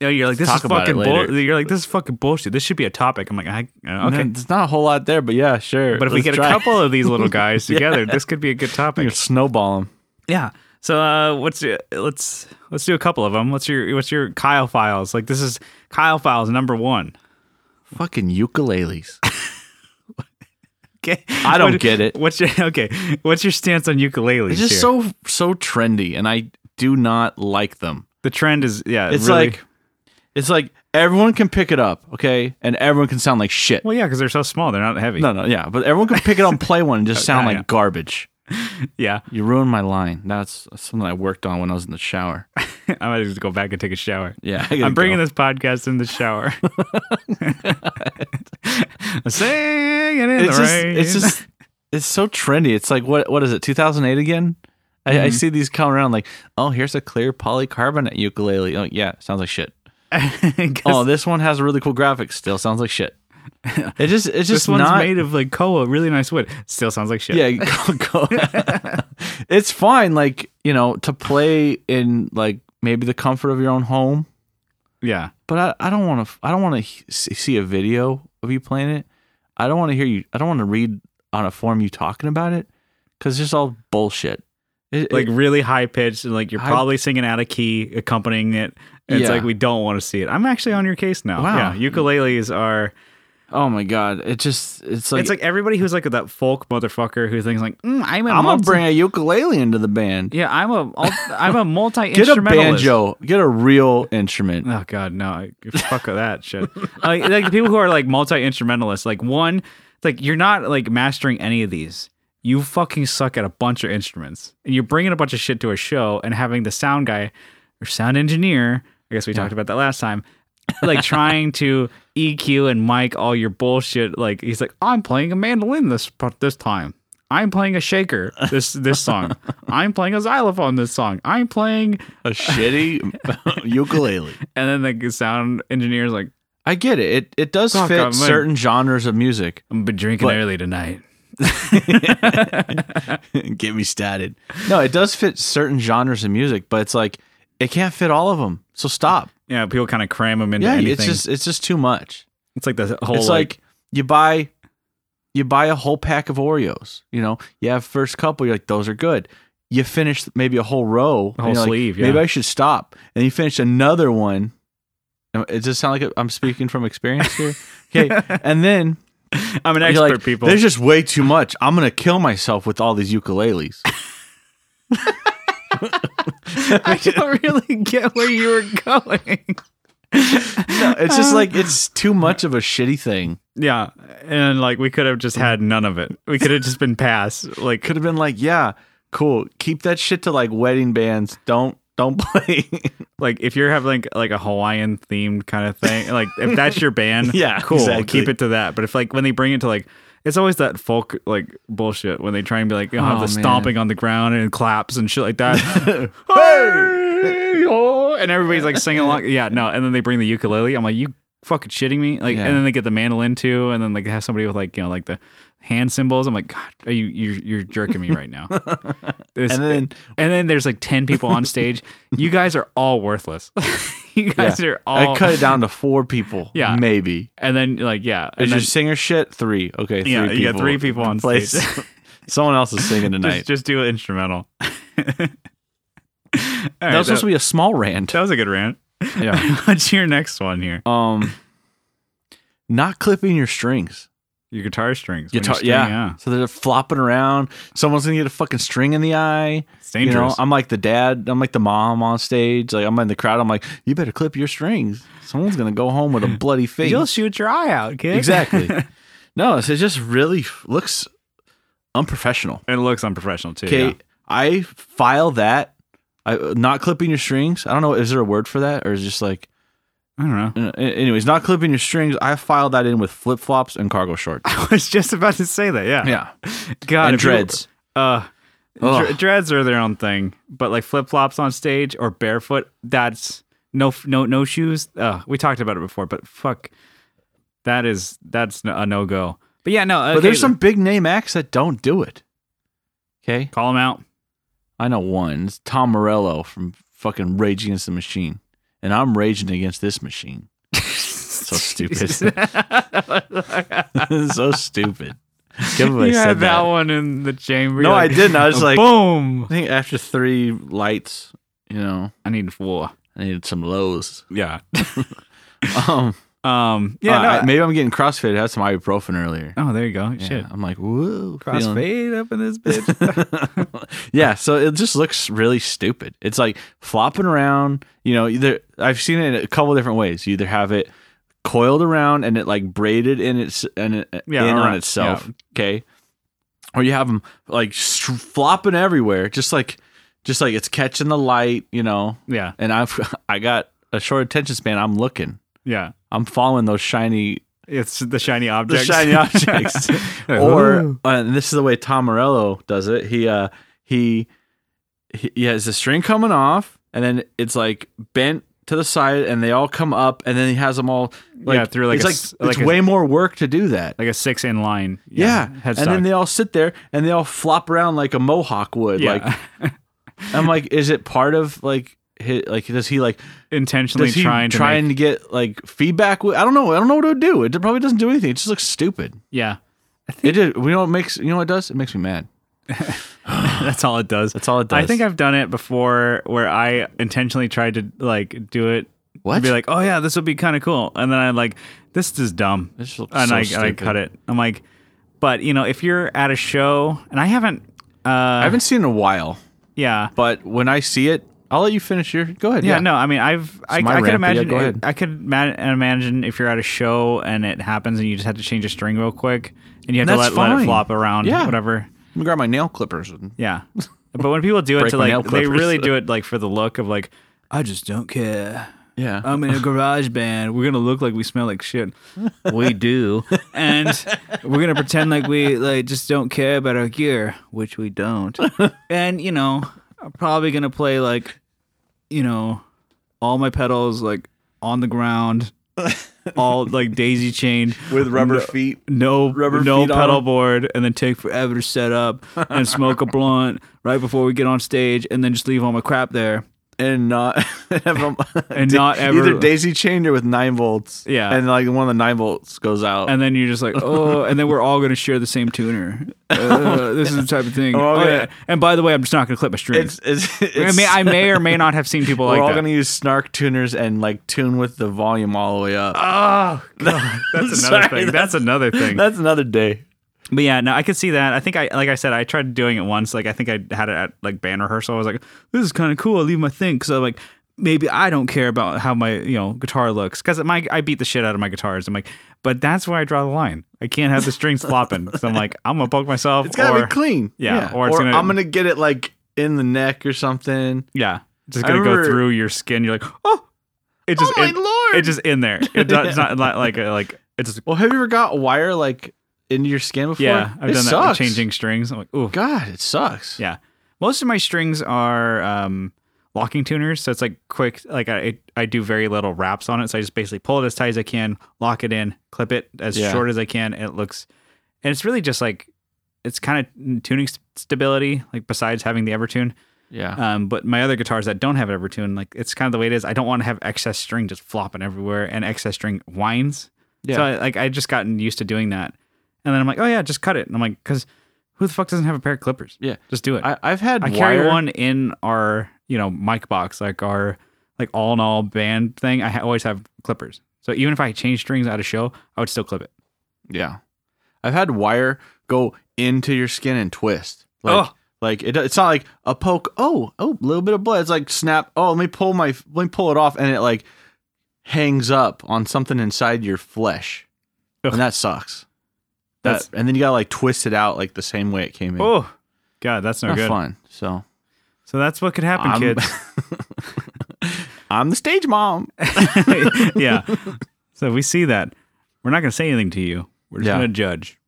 S1: Yeah, you're like this
S2: Talk
S1: is
S2: about it
S1: fucking. Bull-.
S2: later.
S1: You're like this is fucking bullshit. This should be a topic. I'm like, I, uh,
S2: Okay,
S1: okay.
S2: there's not a whole lot there, but yeah, sure.
S1: but if we
S2: Let's
S1: get
S2: try.
S1: a couple of these little guys together, this could be a good
S2: you
S1: topic.
S2: snowball them.
S1: Yeah. So uh, what's your, let's let's do a couple of them. What's your what's your Kyle files? Like this is Kyle files number one.
S2: Fucking ukuleles.
S1: Okay.
S2: I don't get it.
S1: What's your okay? What's your stance on ukuleles?
S2: It's just
S1: here?
S2: so so trendy, and I do not like them.
S1: the trend is yeah.
S2: It's
S1: really-
S2: like it's like everyone can pick it up, okay, and everyone can sound like shit.
S1: well yeah because they're so small they're not heavy.
S2: No, no, yeah, but everyone can pick it up and play one and just sound
S1: yeah,
S2: like
S1: yeah.
S2: garbage.
S1: Yeah,
S2: You ruined my line. That's something I worked on when I was in the shower.
S1: I might just go back and take a shower.
S2: Yeah,
S1: I'm bringing this podcast in the shower. Singing in the
S2: It's just,
S1: rain.
S2: it's just, it's so trendy. It's like what, what is it? 2008 again? I, I
S1: Mm-hmm.
S2: see these come around like, oh, here's a clear polycarbonate ukulele. Oh yeah, sounds like shit.
S1: I guess
S2: Oh, this one has a really cool graphic. Still sounds like shit. It just, it's
S1: this
S2: just
S1: one's
S2: not.
S1: made of like koa, really nice wood. Still sounds like shit.
S2: yeah, go, go. it's fine. Like you know, to play in like maybe the comfort of your own home.
S1: yeah.
S2: but I, I don't want to I don't want to see a video of you playing it. I don't want to hear you. I don't want to read on a form you talking about it because it's all bullshit. It-
S1: Like
S2: it-
S1: really high pitched, and like you're
S2: I-
S1: probably singing out of key, accompanying it. It's
S2: Yeah.
S1: like we don't want to see it. I'm actually on your case now.
S2: Wow.
S1: Yeah, ukuleles are.
S2: oh my god, it just it's like,
S1: it's like everybody who's like that folk motherfucker who thinks like mm, I'm a
S2: I'm gonna
S1: multi-
S2: bring a ukulele into the band.
S1: Yeah, I'm a I'm a multi
S2: Get a
S1: instrumentalist.
S2: banjo. Get a real instrument.
S1: Oh God, no! I- Fuck that shit. Like, like the people who are like multi instrumentalists, like one, it's like you're not like mastering any of these. You fucking suck at a bunch of instruments, and you're bringing a bunch of shit to a show and having the sound guy or sound engineer. I guess we talked about that last time. Like trying to EQ and mic all your bullshit. Like he's like, I'm playing a mandolin this part this time. I'm playing a shaker this this song. I'm playing a xylophone this song. I'm playing,
S2: A shitty ukulele.
S1: and then the sound engineer's like.
S2: I get it. It it does
S1: Fuck,
S2: fit
S1: I'm in.
S2: certain genres of music.
S1: I've been drinking
S2: But-
S1: early tonight.
S2: Get me started. No, it does fit certain genres of music, but it's like it can't fit all of them. So stop.
S1: Yeah, people kind of cram them into
S2: yeah,
S1: anything.
S2: it's just it's just too much.
S1: it's like the whole
S2: it's like, you buy you buy a whole pack of Oreos. You know, you have first couple. You're like, those are good. You finish maybe a whole row,
S1: A
S2: and
S1: whole
S2: you're like,
S1: sleeve, yeah.
S2: Maybe I should stop. And you finish another one. Now, It does sound like I'm speaking from experience here. Okay, and then
S1: I'm an
S2: you're
S1: expert,
S2: like,
S1: people.
S2: there's just way too much. I'm gonna kill myself with all these ukuleles.
S1: I don't really get where you were going.
S2: it's just like it's too much of a shitty thing.
S1: yeah, and like we could have just had none of it. We could have just been past. Like
S2: Could have been like, yeah, cool. Keep that shit to like wedding bands. Don't don't play.
S1: like if you're having like, like a Hawaiian themed kind of thing, like if that's your band,
S2: Yeah,
S1: cool,
S2: exactly.
S1: keep it to that. But if like when they bring it to like. It's always that folk like bullshit when they try and be like, you know, have
S2: Oh,
S1: the
S2: man.
S1: stomping on the ground and claps and shit like that.
S2: hey!
S1: "Hey, oh," and everybody's like singing along. Yeah, no. And then they bring the ukulele. I'm like, you fucking shitting me? Like,
S2: Yeah.
S1: and then they get the mandolin too, and then like have somebody with like you know like the hand symbols. I'm like, God, are you you're, you're jerking me right now. This-
S2: And then
S1: and then there's like ten people on stage. you guys are all worthless. you guys
S2: Yeah.
S1: are all.
S2: I cut it down to four people.
S1: Oh. Yeah.
S2: maybe.
S1: And then like yeah, and
S2: Is
S1: then,
S2: your singer shit three? Okay, three
S1: yeah,
S2: people.
S1: you got three people on
S2: Play
S1: stage.
S2: s- Someone else is singing
S1: just,
S2: tonight.
S1: just do an instrumental. All right,
S2: that was supposed
S1: that,
S2: to be a small rant.
S1: that was a good rant.
S2: Yeah.
S1: What's your next one here?
S2: Um, not clipping your strings.
S1: Your guitar strings. when you
S2: Guitar,
S1: string,
S2: yeah. So they're flopping around. Someone's gonna get a fucking string in the eye.
S1: It's dangerous.
S2: You know, I'm like the dad. I'm like the mom on stage. Like I'm in the crowd. I'm like, you better clip your strings. Someone's gonna go home with a bloody face.
S1: You'll shoot your eye out, kid.
S2: exactly. No, it's- it just really f- looks unprofessional.
S1: it looks unprofessional too.
S2: Okay,
S1: yeah.
S2: I file that. I not clipping your strings. I don't know. Is there a word for that, or is it just like,
S1: I don't know.
S2: uh, anyways, not clipping your strings. I filed that in with flip flops and cargo shorts.
S1: I was just about to say that. Yeah.
S2: Yeah,
S1: God.
S2: and
S1: if you-
S2: dreads.
S1: uh,
S2: Ugh.
S1: dre- dreads are their own thing, but like flip flops on stage or barefoot, that's no f- no no shoes. Uh, we talked about it before, but fuck, that is that's no- a no go. But yeah, no.
S2: But
S1: okay,
S2: there's some big name acts that don't do it. Okay,
S1: call them out.
S2: I know one. It's Tom Morello from fucking Rage Against the Machine, and I'm raging against this machine. so stupid. so stupid. Give him a
S1: you
S2: said
S1: had that,
S2: that.
S1: one in the chamber.
S2: No,
S1: You're
S2: I didn't. I was like,
S1: boom.
S2: I think after three lights, you know,
S1: I need four.
S2: I needed some lows.
S1: Yeah.
S2: Um,
S1: Um. Yeah.
S2: uh,
S1: no,
S2: I- maybe I'm getting CrossFit. I had some ibuprofen earlier.
S1: oh, there you go.
S2: Yeah,
S1: Shit.
S2: I'm like, whoa, feeling-
S1: Crossfade up in this bitch.
S2: yeah, so it just looks really stupid. It's like flopping around. You know, either I've seen it a couple different ways. You either have it coiled around and it like braided in its and it,
S1: Yeah,
S2: in on
S1: around-
S2: itself. Okay, or you have them like str- flopping everywhere, just like just like it's catching the light. You know,
S1: yeah.
S2: and I've I got a short attention span. I'm looking.
S1: Yeah.
S2: I'm following those shiny
S1: It's the shiny
S2: the
S1: objects.
S2: shiny objects.
S1: Like,
S2: or
S1: ooh.
S2: uh, and this is the way Tom Morello does it. He uh he he, he has the string coming off, and then it's like bent to the side, and they all come up, and then he has them all like
S1: Yeah, through like
S2: it's
S1: a
S2: like
S1: s-
S2: it's
S1: like a-
S2: way more work to do that.
S1: like a six in line.
S2: yeah, and
S1: Headstock.
S2: then they all sit there and they all flop around like a mohawk would.
S1: yeah.
S2: Like I'm like, is it part of like hi like does he like
S1: intentionally
S2: does he
S1: trying to
S2: trying
S1: make-
S2: to get like feedback? with- I don't know. I don't know what it would do. It probably doesn't do anything. It just looks stupid.
S1: yeah.
S2: It did. You know what makes you know what it does? It makes me mad.
S1: That's all it does.
S2: That's all it does.
S1: I think I've done it before where I intentionally tried to like do it.
S2: What?
S1: Be like, oh yeah, this would be kind of cool, and then I'm like, this is dumb,
S2: This looks
S1: and
S2: so
S1: I I
S2: stupid.
S1: cut it. I'm like, but you know, if you're at a show, and I haven't, uh,
S2: I haven't seen it in a while,
S1: yeah,
S2: but when I see it, I'll let you finish your. Go ahead.
S1: yeah, no, I mean, I've I,
S2: my
S1: I could
S2: rant, but yeah,
S1: imagine
S2: go ahead.
S1: I could ma- imagine if you're at a show and it happens and you just have to change a string real quick and you have
S2: That's
S1: to let, let
S2: fine.
S1: it flop around,
S2: Yeah.
S1: whatever.
S2: Let me grab my nail clippers. And,
S1: Yeah. But when people do it
S2: Break
S1: to
S2: my nail
S1: like, they
S2: clippers.
S1: really do it like for the look of like, I just don't care.
S2: yeah.
S1: I'm in a garage band. We're gonna look like we smell like shit. We do, and we're gonna pretend like we like just don't care about our gear, which we don't. And you know, I'm probably gonna play like, you know, all my pedals like on the ground, all like daisy chained
S2: With rubber feet.
S1: no
S2: Rubber
S1: no
S2: feet on
S1: pedal
S2: them.
S1: board and then take forever to set up and smoke a blunt right before we get on stage and then just leave all my crap there
S2: And not. have them-
S1: and not ever
S2: Either daisy chained or with nine volts.
S1: Yeah.
S2: And like one of the nine volts goes out.
S1: and then you're just like oh and then we're all going to share the same tuner uh, this is the type of thing
S2: all
S1: oh,
S2: gonna-
S1: yeah. and by the way i'm just not going to clip my strings
S2: it's, it's,
S1: I,
S2: it's,
S1: may, I may or may not have seen people
S2: we're
S1: like
S2: all
S1: that
S2: going to use snark tuners and like tune with the volume all the way up.
S1: oh god that's
S2: Sorry,
S1: another thing that's another thing
S2: That's another day.
S1: But yeah, no, I could see that. I think I, like I said, I tried doing it once. Like I think I had it at like band rehearsal. I was like, this is kind of cool. I leave my thing because I'm like, maybe I don't care about how my you know guitar looks because my I beat the shit out of my guitars. I'm like, but that's where I draw the line. I can't have the strings flopping. So I'm like, I'm gonna poke myself.
S2: It's gotta
S1: or-
S2: be clean.
S1: yeah, or it's gonna-
S2: I'm gonna get it like in the neck or something.
S1: Yeah, just
S2: I
S1: gonna go
S2: remember-
S1: through your skin. You're like, oh, it just in,
S2: lord!
S1: it just in there. It does, It's not li- like a, like it's just
S2: well, have you ever got wire like into your skin before?
S1: yeah. I've
S2: it
S1: done that with
S2: sucks.
S1: changing strings. I'm like, ooh.
S2: God, it sucks.
S1: Yeah. Most of my strings are um, locking tuners, so it's like quick. Like I, I do very little wraps on it, so I just basically pull it as tight as I can, lock it in, clip it as
S2: Yeah.
S1: short as I can. And it looks, and it's really just like it's kind of tuning st- stability. Like besides having the Evertune,
S2: yeah.
S1: um, but my other guitars that don't have Evertune, like it's kind of the way it is. I don't want to have excess string just flopping everywhere, and excess string whines.
S2: Yeah.
S1: So I, like I just gotten used to doing that, and then I'm like, oh yeah, just cut it. And I'm like, because who the fuck doesn't have a pair of clippers?
S2: Yeah.
S1: just do it.
S2: I, I've had
S1: I
S2: wire.
S1: carry one in our, you know, mic box, like our like all in all band thing, I ha- always have clippers. So even if I change strings at a show, I would still clip it.
S2: Yeah. I've had wire go into your skin and twist. Like,
S1: Oh.
S2: Like it, it's not like a poke. Oh, oh, a little bit of blood. It's like snap. Oh, let me pull my, let me pull it off, and it like hangs up on something inside your flesh,
S1: Ugh.
S2: and that sucks. That
S1: That's-
S2: and then you gotta like twist it out like the same way it came in.
S1: Oh, God, that's no
S2: not
S1: good.
S2: fun. So
S1: So that's what could happen,
S2: I'm-
S1: kids.
S2: I'm the stage mom.
S1: yeah. So we see that. We're not going to say anything to you. We're just
S2: Yeah.
S1: going to judge.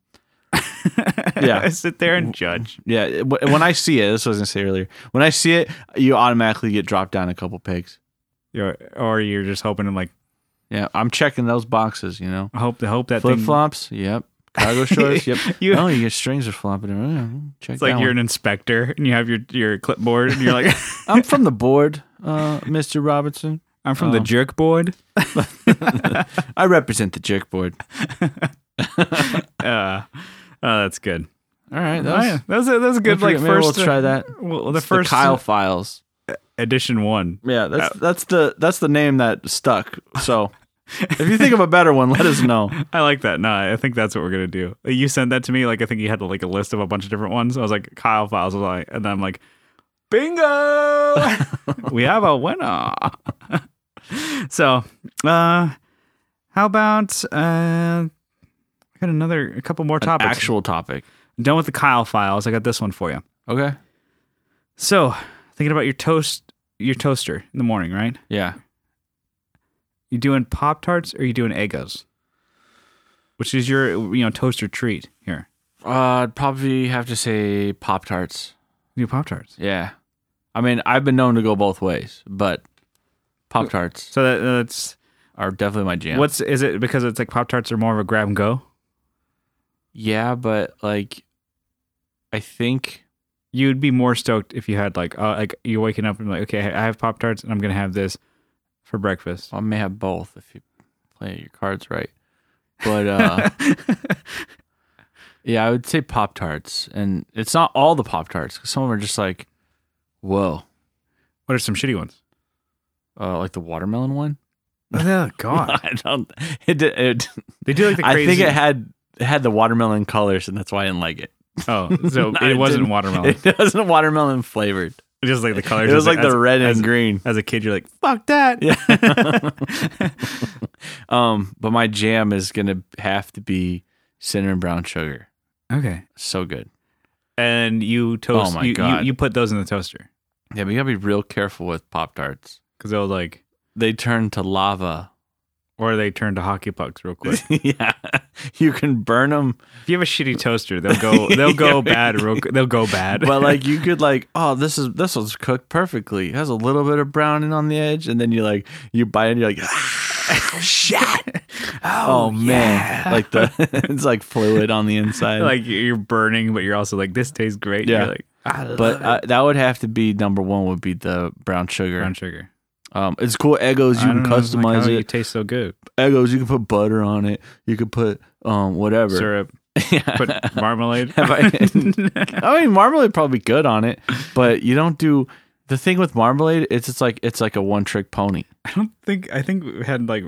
S2: Yeah.
S1: Sit there and judge.
S2: Yeah, wh- when I see it, this was I gonna say earlier. When I see it, you automatically get dropped down a couple pegs.
S1: You're, or you're just hoping, I'm like,
S2: Yeah, I'm checking those boxes. You know,
S1: I hope, I hope that
S2: flip
S1: thing-
S2: flops. Yep, cargo shorts. Yep.
S1: You-
S2: oh, your strings are flopping around. Check
S1: It's like
S2: that
S1: you're
S2: one.
S1: an inspector and you have your, your clipboard and you're like,
S2: I'm from the board, uh, Mr. Robertson.
S1: I'm from the
S2: Um,
S1: jerk board.
S2: I represent the jerk board.
S1: Uh, uh, that's good.
S2: All right, that
S1: Oh, yeah.
S2: was,
S1: That was a, that was a good, like,
S2: maybe we'll
S1: first. uh,
S2: try that.
S1: well, the
S2: It's
S1: first uh,
S2: Kyle files.
S1: edition one.
S2: Yeah, that's that's the that's the name that stuck. So, if you think of a better one, let us know.
S1: I like that. No, I think that's what we're gonna do. You sent that to me. Like I think you had like a list of a bunch of different ones. I was like Kyle files. I was like, and then I'm like, bingo, we have a winner. so, uh, how about uh, I got another a couple more topics.
S2: Actual topic.
S1: done with the Kyle files. I got this one for you.
S2: Okay.
S1: So thinking about your toast, your toaster in the morning, right?
S2: Yeah.
S1: You doing pop tarts or you doing egos? Which is your you know toaster treat here?
S2: Uh, I'd probably have to say Pop Tarts.
S1: Do pop tarts.
S2: Yeah. I mean, I've been known to go both ways, but Pop Tarts
S1: So that, that's
S2: are definitely my jam.
S1: what's is it because it's like Pop Tarts are more of a grab and go?
S2: Yeah, but like, I think
S1: You'd be more stoked if you had like uh, like you're waking up and like okay I have Pop Tarts and I'm gonna have this for breakfast.
S2: I may have both if you play your cards right. But uh, yeah, I would say Pop Tarts, and it's not all the Pop Tarts. Some of them are just like, whoa,
S1: What are some shitty ones?
S2: uh, like the watermelon one.
S1: Oh God,
S2: I don't. It, did- it,
S1: they do like the
S2: I
S1: crazy.
S2: think it had it had the watermelon colors, and that's why I didn't like it.
S1: oh, so
S2: No,
S1: it
S2: it
S1: wasn't
S2: didn't.
S1: watermelon. It,
S2: It wasn't watermelon flavored.
S1: just like the colors.
S2: it was
S1: Just
S2: like the
S1: as-
S2: red
S1: as-
S2: and green.
S1: As a kid, you're like fuck that.
S2: Yeah. um, but my jam is gonna have to be cinnamon brown sugar.
S1: okay,
S2: So good.
S1: and you toast.
S2: Oh, my
S1: you, you-
S2: God.
S1: you put those in the toaster
S2: Yeah, but you gotta be real careful with pop tarts.
S1: because they'll like
S2: They turn to lava.
S1: or they turn to hockey pucks real quick.
S2: yeah, you can burn them,
S1: If you have a shitty toaster, they'll go they'll go bad real qu- they'll go bad.
S2: but like you could like, oh, this is this one's cooked perfectly. It has a little bit of browning on the edge, and then you like you bite it, and you're like, "Ah, shit. Oh, man, like the it's like fluid on the inside.
S1: like you're burning, but you're also like this tastes great.
S2: Yeah.
S1: You're like I love
S2: but uh, that would have to be number one. Would be the brown sugar.
S1: brown sugar.
S2: Um, it's cool. Egos you
S1: I
S2: can
S1: don't know, it's like,
S2: customize
S1: how do You
S2: it.
S1: taste so good.
S2: Egos you can put butter on it. You can put um whatever.
S1: Syrup,
S2: Yeah.
S1: put marmalade.
S2: Have I- I mean marmalade probably good on it, but you don't do the thing with marmalade. It's it's like it's like a one trick pony.
S1: I don't think I think we had like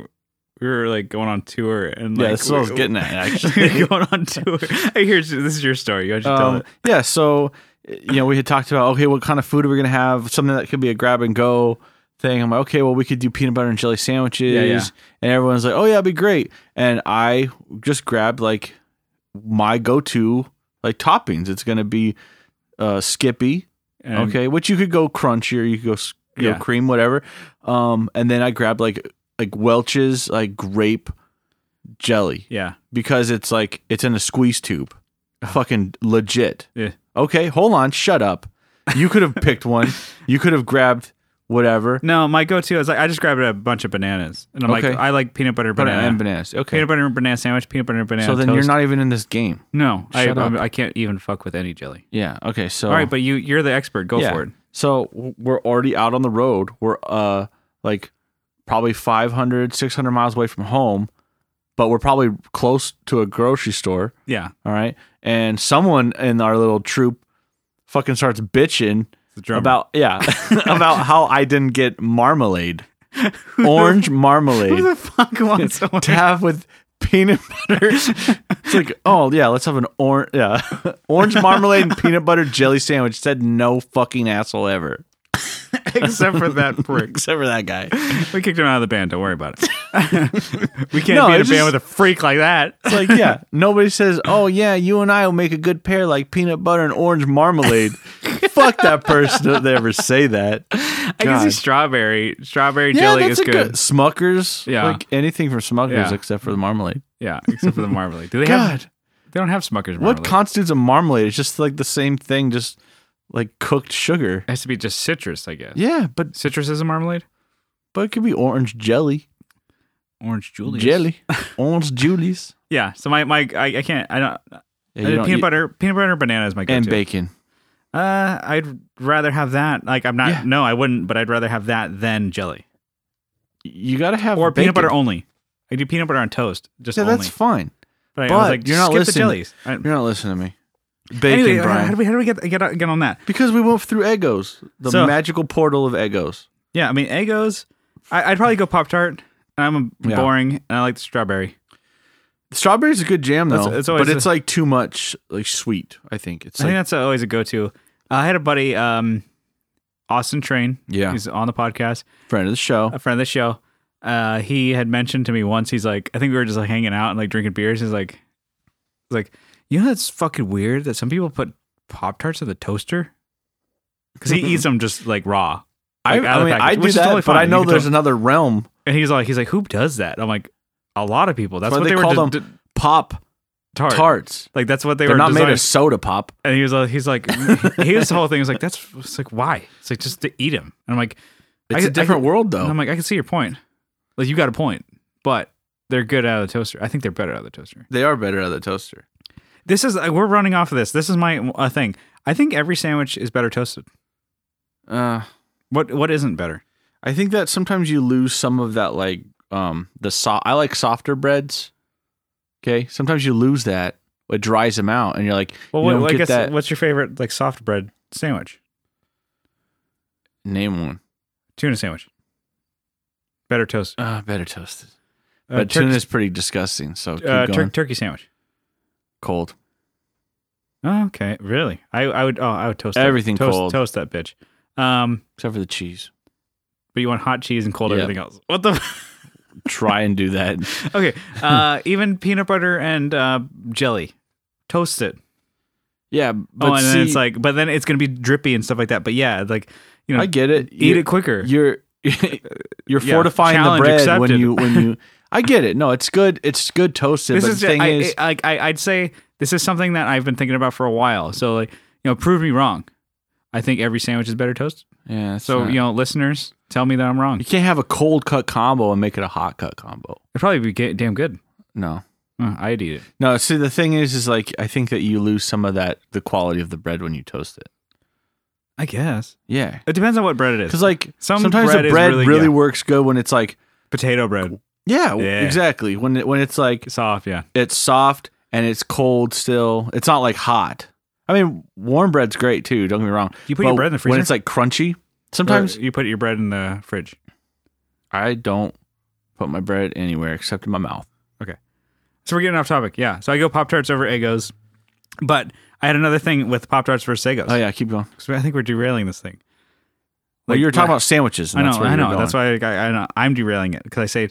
S1: we were like going on tour and like
S2: yeah, that's what I was getting at
S1: we
S2: actually.
S1: were going on tour. I hear this is your story. You should tell
S2: um,
S1: it.
S2: yeah, so you know we had talked about okay, what kind of food are we gonna have? Something that could be a grab and go thing. I'm like, okay, well we could do peanut butter and jelly sandwiches,
S1: Yeah, yeah.
S2: and everyone's like, oh yeah, that'd be great. And I just grabbed like my go to like toppings. It's gonna be uh, Skippy,
S1: And
S2: okay, which you could go crunchy or you could go, s- you know,
S1: Yeah.
S2: cream, whatever. Um, and then I grabbed like like Welch's like grape jelly
S1: Yeah.
S2: because it's like it's in a squeeze tube. Fucking legit.
S1: Yeah.
S2: Okay, hold on, shut up. You could have picked one. You could have grabbed whatever.
S1: No, my go-to is like I just grabbed a bunch of bananas and I'm
S2: Okay.
S1: like I like peanut butter
S2: But
S1: banana.
S2: and bananas. Okay.
S1: Peanut butter and banana sandwich, peanut butter and banana.
S2: So then
S1: toast.
S2: you're not even in this game.
S1: No, I,
S2: Shut up.
S1: I I can't even fuck with any jelly.
S2: Yeah. Okay. So
S1: All right, but you you're the expert. Go
S2: yeah.
S1: for it.
S2: So w- we're already out on the road. We're uh like probably 500, 600 miles away from home, but we're probably close to a grocery store.
S1: Yeah,
S2: All right. And someone in our little troop fucking starts bitching
S1: the drummer.
S2: about yeah about how I didn't get marmalade, orange
S1: who
S2: marmalade
S1: the fuck wants to
S2: to have with peanut butter. it's like oh yeah, let's have an orange yeah orange marmalade and peanut butter jelly sandwich. Said no fucking asshole ever
S1: except for that prick?
S2: except for that guy.
S1: We kicked him out of the band. Don't worry about it. we can't
S2: No,
S1: be in a band
S2: it's just-
S1: with a freak like that.
S2: It's like yeah, nobody says oh yeah, you and I will make a good pair like peanut butter and orange marmalade. Fuck that person that they ever say that.
S1: I can see
S2: God.
S1: strawberry. Strawberry
S2: Yeah,
S1: jelly
S2: that's
S1: is
S2: a
S1: good.
S2: good. Smuckers.
S1: Yeah.
S2: Like anything from Smuckers
S1: Yeah.
S2: except for the marmalade.
S1: Yeah, except for the marmalade. Do they have?
S2: God.
S1: They don't have Smucker's marmalade.
S2: What constitutes a marmalade? It's just like the same thing, just like cooked sugar.
S1: it has to be just citrus, I guess.
S2: Yeah, but
S1: Citrus is a marmalade.
S2: but it could be orange jelly,
S1: Orange Julius.
S2: jelly, orange Julius,
S1: Yeah. So my my I, I can't I don't,
S2: Yeah,
S1: I
S2: you
S1: do
S2: don't
S1: peanut
S2: eat-
S1: butter peanut butter and banana is my go-to.
S2: and bacon.
S1: Uh, I'd rather have that. Like I'm not.
S2: Yeah.
S1: No, I wouldn't. But I'd rather have that than jelly
S2: You gotta have
S1: or peanut
S2: bacon.
S1: butter only. I do peanut butter on toast. Just
S2: Yeah,
S1: only.
S2: that's fine.
S1: but, I, I was
S2: but
S1: like,
S2: you're not
S1: skip
S2: listening.
S1: the jellies. I,
S2: You're not listening to me. Bacon,
S1: anyway,
S2: Brian.
S1: how do we how do we get get get on that?
S2: because we went through Eggos, the
S1: So-
S2: magical portal of Eggos.
S1: Yeah, I mean Eggos. I, I'd probably go Pop Tart. I'm
S2: Yeah.
S1: boring, and I like the strawberry.
S2: Strawberry's a good jam though,
S1: That's- it's always
S2: but it's
S1: a-
S2: like too much, like sweet. I think it's
S1: I think
S2: like
S1: that's always a go-to. Uh, I had a buddy, um, Austin Train.
S2: Yeah.
S1: he's on the podcast.
S2: friend of the show.
S1: a friend of the show. Uh, he had mentioned to me once. He's like, I think we were just like hanging out and like drinking beers. He's like, he's like, you know, that's fucking weird that some people put pop tarts in the toaster because he eats them just like raw.
S2: I,
S1: like, out of
S2: I mean,
S1: the package,
S2: I do
S1: which is
S2: that,
S1: totally
S2: but I
S1: fine. You
S2: know
S1: can
S2: there's
S1: totally-
S2: another realm
S1: And he's like, he's like, who does that? I'm like, a lot of people. That's what
S2: That's why
S1: they,
S2: they,
S1: were
S2: call
S1: de-
S2: them pop
S1: tart.
S2: tarts.
S1: Like that's what they
S2: They're
S1: were
S2: not made
S1: designed.
S2: of soda pop.
S1: and he was like, he's like, his whole thing was like, that's it's like why? It's like just to eat him. And I'm like,
S2: It's
S1: a
S2: a different world, though.
S1: And I'm like, I can see your point. Like you got a point, but they're good out of the toaster. I think they're better out of the toaster.
S2: they are better out of the toaster.
S1: This is uh, we're running off of this. This is my uh, thing. I think every sandwich is better toasted.
S2: Uh,
S1: What what isn't better?
S2: I think that sometimes you lose some of that, like um, the soft. I like softer breads. Okay, sometimes you lose that. It dries them out, and you're like,
S1: Well,
S2: you
S1: what,
S2: don't
S1: I
S2: get
S1: guess
S2: that.
S1: what's your favorite like soft bread sandwich?
S2: Name one.
S1: Tuna sandwich. Better toasted.
S2: Uh, better toasted.
S1: Uh,
S2: but
S1: turkey,
S2: tuna is pretty disgusting. So keep
S1: uh,
S2: going.
S1: tur- turkey sandwich.
S2: cold.
S1: Oh, okay, really? I I would oh I would toast that.
S2: Everything
S1: toast,
S2: cold.
S1: Toast that bitch. Um,
S2: Except for the cheese.
S1: but you want hot cheese and cold
S2: Yeah.
S1: everything else. What the?
S2: Try and do that.
S1: okay, uh, even peanut butter and uh, jelly, toast it.
S2: Yeah, but
S1: oh, and
S2: see,
S1: then it's like, but then it's gonna be drippy and stuff like that. But yeah, like you know,
S2: I get it.
S1: eat
S2: You-
S1: it quicker.
S2: You're you're
S1: Yeah,
S2: fortifying the
S1: challenge
S2: bread
S1: accepted.
S2: when you when you. I get it. No, it's good. It's good toasted.
S1: this
S2: but
S1: is
S2: the
S1: ju-
S2: thing
S1: I,
S2: is,
S1: I- like I, I'd say this is something that I've been thinking about for a while. So like you know, prove me wrong. I think every sandwich is better toasted.
S2: yeah. it's
S1: So
S2: not-
S1: you know, listeners, tell me that I'm wrong.
S2: you can't have a cold cut combo and make it a hot cut combo.
S1: It'd probably be ga- damn good.
S2: No,
S1: Uh, I'd eat it.
S2: no. See, the thing is, is like I think that you lose some of that the quality of the bread when you toast it.
S1: I guess
S2: Yeah,
S1: it depends on what bread it is.
S2: because like
S1: Some
S2: sometimes
S1: bread
S2: the
S1: is
S2: bread
S1: really-
S2: really,
S1: yeah.
S2: works good when it's like
S1: Potato bread,
S2: yeah, w-
S1: Yeah.
S2: exactly when it, when it's like
S1: soft, yeah.
S2: it's soft and it's cold still. It's not like hot. I mean, warm bread's great too. Don't get me wrong.
S1: You put your
S2: But
S1: bread in the freezer?
S2: when it's like crunchy. Sometimes
S1: Or you put your bread in the fridge.
S2: I don't put my bread anywhere except in my mouth.
S1: So we're getting off topic. Yeah. So I go Pop Tarts over Egos. But I had another thing with Pop Tarts versus Egos.
S2: Oh yeah, keep going.
S1: So I think we're derailing this thing.
S2: Well,
S1: Like,
S2: you were talking
S1: yeah.
S2: about sandwiches. And
S1: I know,
S2: that's where
S1: I
S2: you were
S1: know.
S2: going.
S1: That's why I, I, I know I'm derailing it because I say,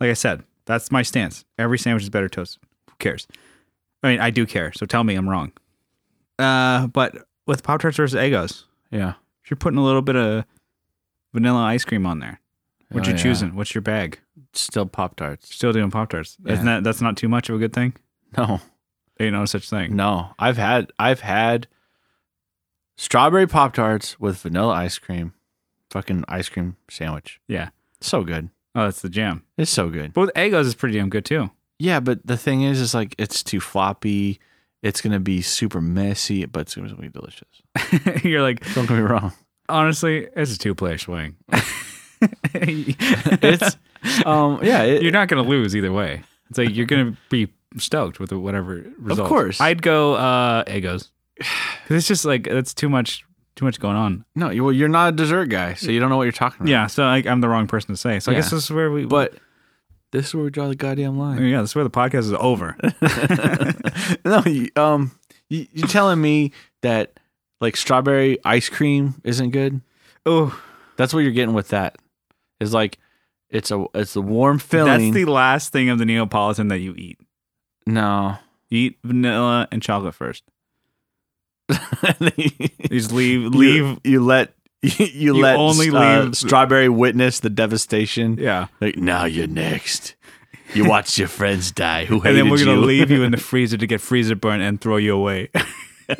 S1: like I said, that's my stance. Every sandwich is better toasted. Who cares? I mean, I do care. So tell me I'm wrong. Uh, but with Pop Tarts versus Egos,
S2: Yeah.
S1: if you're putting a little bit of vanilla ice cream on there, what
S2: Oh,
S1: you
S2: yeah.
S1: choosing? What's your bag?
S2: Still Pop Tarts.
S1: Still doing Pop Tarts? Isn't that that's not too much of a good thing?
S2: No,
S1: Ain't no such thing.
S2: no. I've had I've had strawberry Pop Tarts with vanilla ice cream, fucking ice cream sandwich.
S1: Yeah.
S2: So good.
S1: Oh, that's the jam.
S2: It's so good.
S1: But with Egos, is pretty damn good too.
S2: Yeah, but the thing is, is like it's too floppy. It's gonna be super messy, but it's gonna be delicious.
S1: You're like,
S2: Don't get me wrong.
S1: honestly, it's a two player swing.
S2: It's um yeah. It,
S1: you're not going to lose either way. It's like you're going to be stoked with whatever result.
S2: course.
S1: I'd go uh Egos. 'Cause It's just like, that's too much too much going on.
S2: No, you- well, you're not a dessert guy, so you don't know what you're talking about.
S1: Yeah, so I, I'm the wrong person to say. So I guess
S2: Yeah.
S1: this is where we.
S2: But this is where we draw the goddamn line.
S1: yeah, this is where the podcast is over.
S2: no, you, um, you, you're telling me that like strawberry ice cream isn't good?
S1: oh,
S2: That's what you're getting with that. Is like it's a it's the warm
S1: that's
S2: filling.
S1: the last thing of the Neapolitan that you eat.
S2: no.
S1: You eat vanilla and chocolate first. You just leave, leave.
S2: you, you let you, you
S1: You
S2: let
S1: only
S2: only uh,
S1: leave-
S2: strawberry witness the devastation.
S1: Yeah,
S2: Like now you're next. You watched your friends die. Who hated
S1: and then we're gonna
S2: you?
S1: leave you in the freezer to get freezer burn and throw you away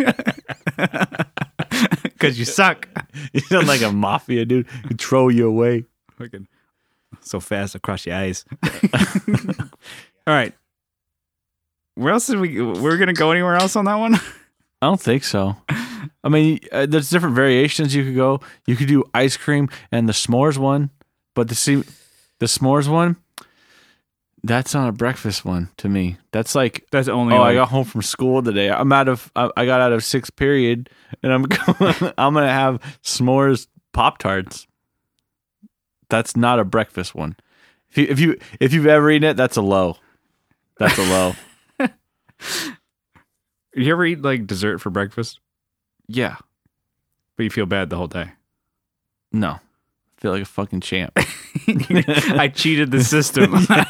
S1: because you suck.
S2: you sound like a mafia dude. You throw you away.
S1: Fucking so fast across your eyes. All right. Where else did we? We're gonna go anywhere else on that one?
S2: I don't think so. I mean, uh, there's different variations you could go. You could do ice cream and the s'mores one, but the see, the s'mores one, that's not a breakfast one to me. That's like,
S1: That's only.
S2: oh, I
S1: like-
S2: got home from school today. I'm out of, I I got out of sixth period, and I'm going, I'm gonna have s'mores pop tarts. That's not a breakfast one. If you if you if you've ever eaten it, that's a low. That's a low.
S1: You ever eat like dessert for breakfast,
S2: yeah.
S1: but you feel bad the whole day?
S2: No. I feel like a fucking champ.
S1: I cheated the system. I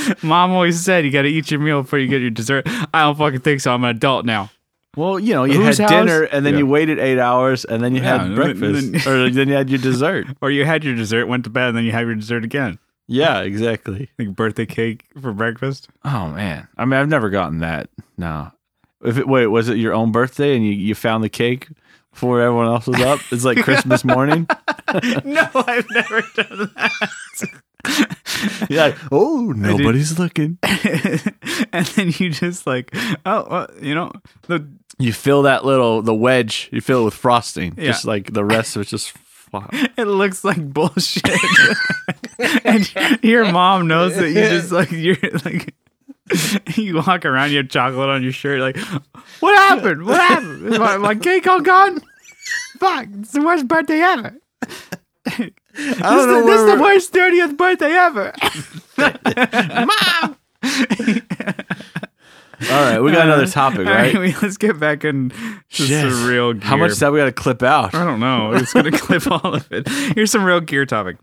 S1: got- Mom always said you got to eat your meal before you get your dessert. I don't fucking think so. I'm an adult now.
S2: Well, you know, you
S1: Whose
S2: had
S1: house?
S2: dinner and then
S1: Yeah.
S2: you waited eight hours and then you
S1: Yeah,
S2: had
S1: and then-
S2: breakfast or then you had your dessert.
S1: Or you had your dessert, went to bed, and then you have your dessert again.
S2: Yeah, exactly.
S1: Like birthday cake for breakfast.
S2: Oh man, I mean, I've never gotten that. No, if it wait, was it your own birthday and you you found the cake before everyone else was up? It's like Christmas morning.
S1: no, I've never done
S2: You're like, oh, nobody's looking.
S1: that. and then you just like, oh, well, you know, the
S2: You fill that little the wedge. You fill it with frosting,
S1: Yeah.
S2: just like the rest of it's just. flop.
S1: it looks like bullshit. and your mom knows that you just like you're like you walk around, you have chocolate on your shirt, like what happened? What happened? Is my, my cake all gone? Fuck! It's the worst birthday ever.
S2: I
S1: This,
S2: don't
S1: is
S2: know
S1: the, this
S2: where
S1: is the
S2: we're-
S1: worst thirtieth birthday ever.
S2: All right, we got another topic,
S1: All
S2: right?
S1: we- let's get back in to
S2: Shit.
S1: surreal gear.
S2: How much that we got to clip out?
S1: I don't know. It's gonna clip all of it. Here's some real gear topic,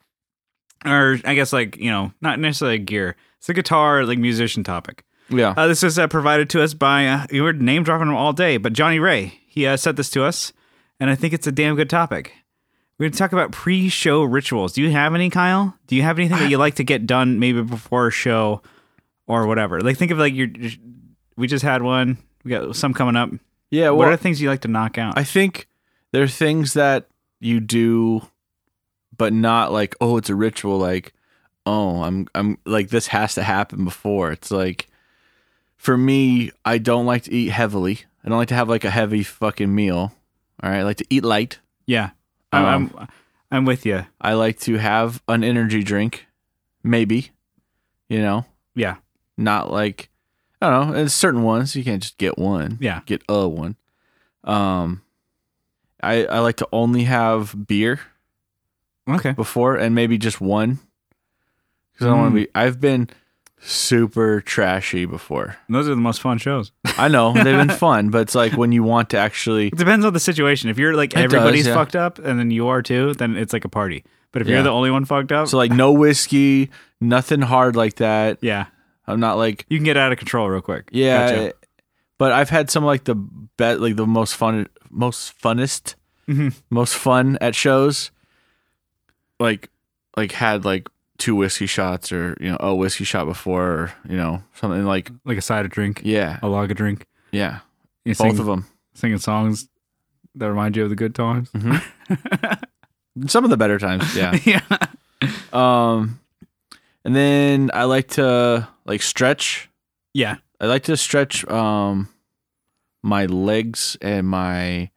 S1: or I guess like you know, not necessarily gear. It's a guitar like musician topic.
S2: Yeah.
S1: Uh, this was uh, provided to us by uh, you were name dropping him all day, but Johnny Ray he uh, sent this to us, and I think it's a damn good topic. We're gonna talk about pre-show rituals. Do you have any, Kyle? Do you have anything that you like to get done maybe before a show or whatever? Like think of like your. We just had one. We got some coming up.
S2: Yeah. Uh, Well,
S1: what are the things you like to knock out?
S2: I think there are things that you do, but not like, oh, it's a ritual. Like, oh, I'm, I'm like, this has to happen before. It's like, for me, I don't like to eat heavily. I don't like to have like a heavy fucking meal. All right. I like to eat light.
S1: yeah, I'm,
S2: Um,
S1: I'm I'm with you.
S2: I like to have an energy drink, maybe, you know,
S1: Yeah,
S2: not like, I don't know. It's certain ones. You can't just get one.
S1: yeah.
S2: get a one. Um, I I like to only have beer
S1: Okay.
S2: before and maybe just one because I don't want to
S1: Mm.
S2: be. I've been super trashy before.
S1: Those are the most fun shows.
S2: I know they've been fun, but it's like when you want to actually.
S1: It depends on the situation. If you're like
S2: does,
S1: everybody's
S2: yeah.
S1: fucked up and then you are too, then it's like a party. But if
S2: Yeah.
S1: you're the only one fucked up,
S2: So like no whiskey, nothing hard like that.
S1: yeah,
S2: I'm not like
S1: you can get out of control real quick.
S2: yeah,
S1: Gotcha.
S2: but I've had some like the bet like the most fun most funnest
S1: Mhm.
S2: most fun at shows. Like, like had like two whiskey shots or you know a whiskey shot before or you know something like
S1: Like a side of drink,
S2: yeah
S1: a log of drink.
S2: yeah
S1: You
S2: both
S1: sing,
S2: of them
S1: singing songs that remind you of the good times.
S2: Mm-hmm. some of the better times yeah
S1: yeah.
S2: um and then I like to like stretch
S1: Yeah.
S2: I like to stretch um my legs and my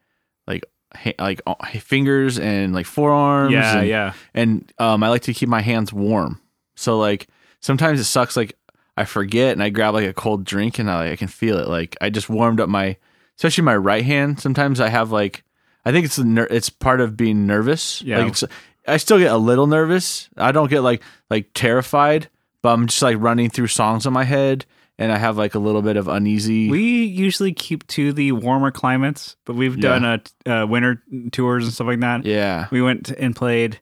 S2: like ha- like uh, fingers and like forearms
S1: Yeah.
S2: and
S1: Yeah.
S2: and um, I like to keep my hands warm. So like sometimes it sucks. Like I forget and I grab like a cold drink and I, I can feel it. Like I just warmed up my, especially my right hand. Sometimes I have like I think it's the ner- it's part of being nervous.
S1: Yeah.
S2: Like it's, I still get a little nervous. I don't get like like terrified, but I'm just like running through songs in my head, and I have like a little bit of uneasy.
S1: We usually keep to the warmer climates, but we've
S2: Yeah.
S1: done a uh, winter tours and stuff like that.
S2: yeah,
S1: We went and played,